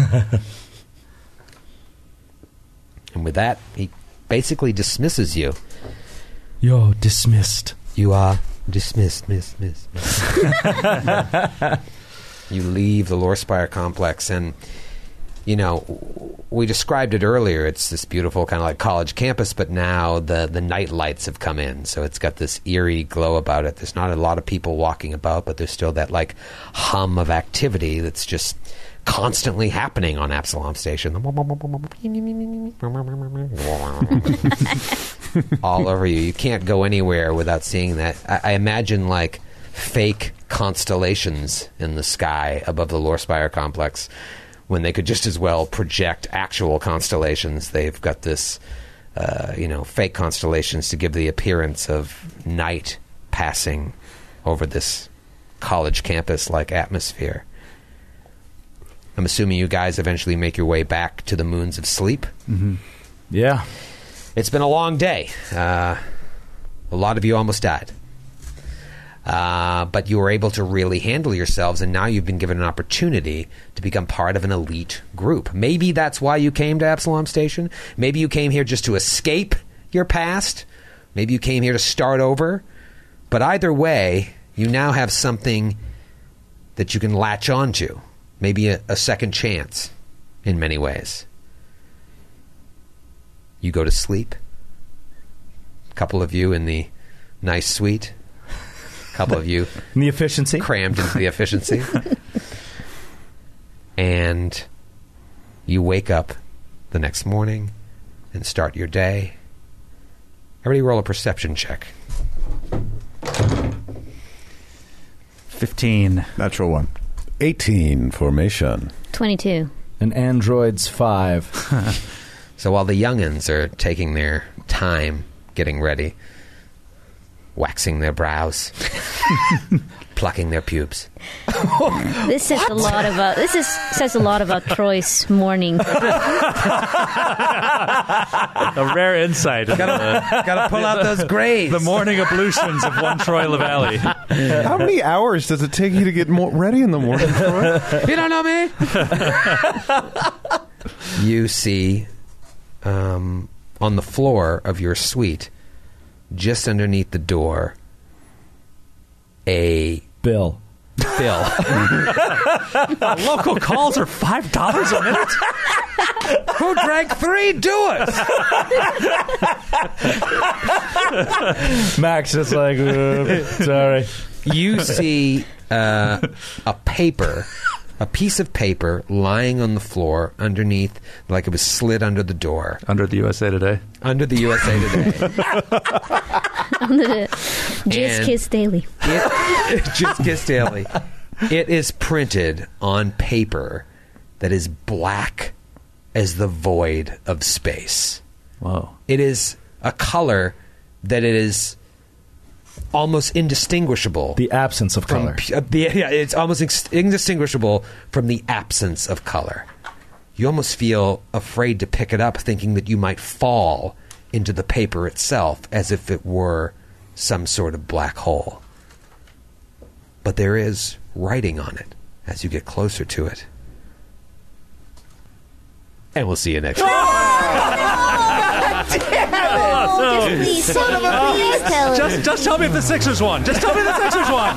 Speaker 3: and with that, he basically dismisses you.
Speaker 6: You're dismissed.
Speaker 3: You are dismissed, miss, miss. miss. you leave the Lorespire complex, and you know w- we described it earlier. It's this beautiful kind of like college campus, but now the the night lights have come in, so it's got this eerie glow about it. There's not a lot of people walking about, but there's still that like hum of activity that's just constantly happening on Absalom Station. all over you. You can't go anywhere without seeing that. I, I imagine like fake constellations in the sky above the Lorspire complex when they could just as well project actual constellations. They've got this, uh, you know, fake constellations to give the appearance of night passing over this college campus like atmosphere. I'm assuming you guys eventually make your way back to the moons of sleep.
Speaker 4: Yeah.
Speaker 2: It's been a long day. Uh, a lot of you almost died. Uh, but you were able to really handle yourselves, and now you've been given an opportunity to become part of an elite group. Maybe that's why you came to Absalom Station. Maybe you came here just to escape your past. Maybe you came here to start over. But either way, you now have something that you can latch onto. Maybe a, a second chance in many ways. You go to sleep. A couple of you in the nice suite. A couple of you
Speaker 4: And the efficiency.
Speaker 2: crammed into the efficiency. and you wake up the next morning and start your day. Everybody roll a perception check.
Speaker 6: 15.
Speaker 7: Natural one.
Speaker 5: 18 formation.
Speaker 8: 22.
Speaker 4: An android's five.
Speaker 2: So while the youngins are taking their time getting ready, waxing their brows, plucking their pubes,
Speaker 8: This says a lot about this is says a lot about Troy's morning.
Speaker 6: A rare insight. into the,
Speaker 2: gotta pull out those grades.
Speaker 6: the morning ablutions of one Troy LaValle.
Speaker 5: How many hours does it take you to get more ready in the morning? Troy?
Speaker 2: You don't know me. you see, um, on the floor of your suite, just underneath the door, a
Speaker 4: Bill.
Speaker 2: bill.
Speaker 6: Local calls are $5 a minute?
Speaker 2: Who drank three? Do it.
Speaker 4: Max is like, uh, sorry.
Speaker 2: you see uh, a paper, a piece of paper lying on the floor underneath, like it was slid under the door,
Speaker 6: Under the USA Today.
Speaker 2: under the USA Today.
Speaker 8: Just
Speaker 2: And-
Speaker 8: kiss daily.
Speaker 2: It, just kiss daily. It is printed on paper that is black as the void of space.
Speaker 6: Whoa.
Speaker 2: It is a color that it is almost indistinguishable
Speaker 4: The absence of
Speaker 2: from
Speaker 4: color.
Speaker 2: pu- uh, the, yeah, it's almost ex- indistinguishable from the absence of color. You almost feel afraid to pick it up, thinking that you might fall into the paper itself as if it were some sort of black hole. But there is writing on it as you get closer to it. And we'll see you next week.
Speaker 8: Oh, Please, tell me, please tell us.
Speaker 6: Just, just tell me if the Sixers won. Just tell me the Sixers won.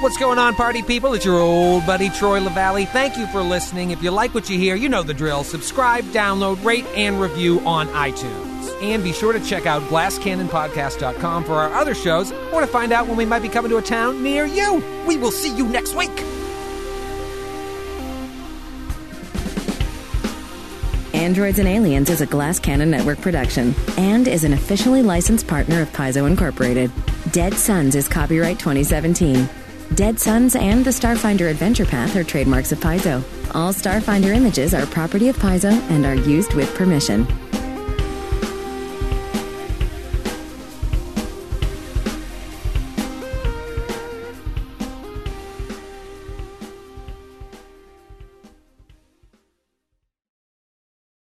Speaker 2: What's going on, party people? It's your old buddy Troy LaValle. Thank you for listening. If you like what you hear, you know the drill. Subscribe, download, rate, and review on iTunes. And be sure to check out glasscannonpodcast.com for our other shows or to find out when we might be coming to a town near you. We will see you next week.
Speaker 12: Androids and Aliens is a Glass Cannon Network production and is an officially licensed partner of Paizo Incorporated. Dead Sons is copyright 2017. Dead Sons and the Starfinder Adventure Path are trademarks of Paizo. All Starfinder images are property of Paizo and are used with permission.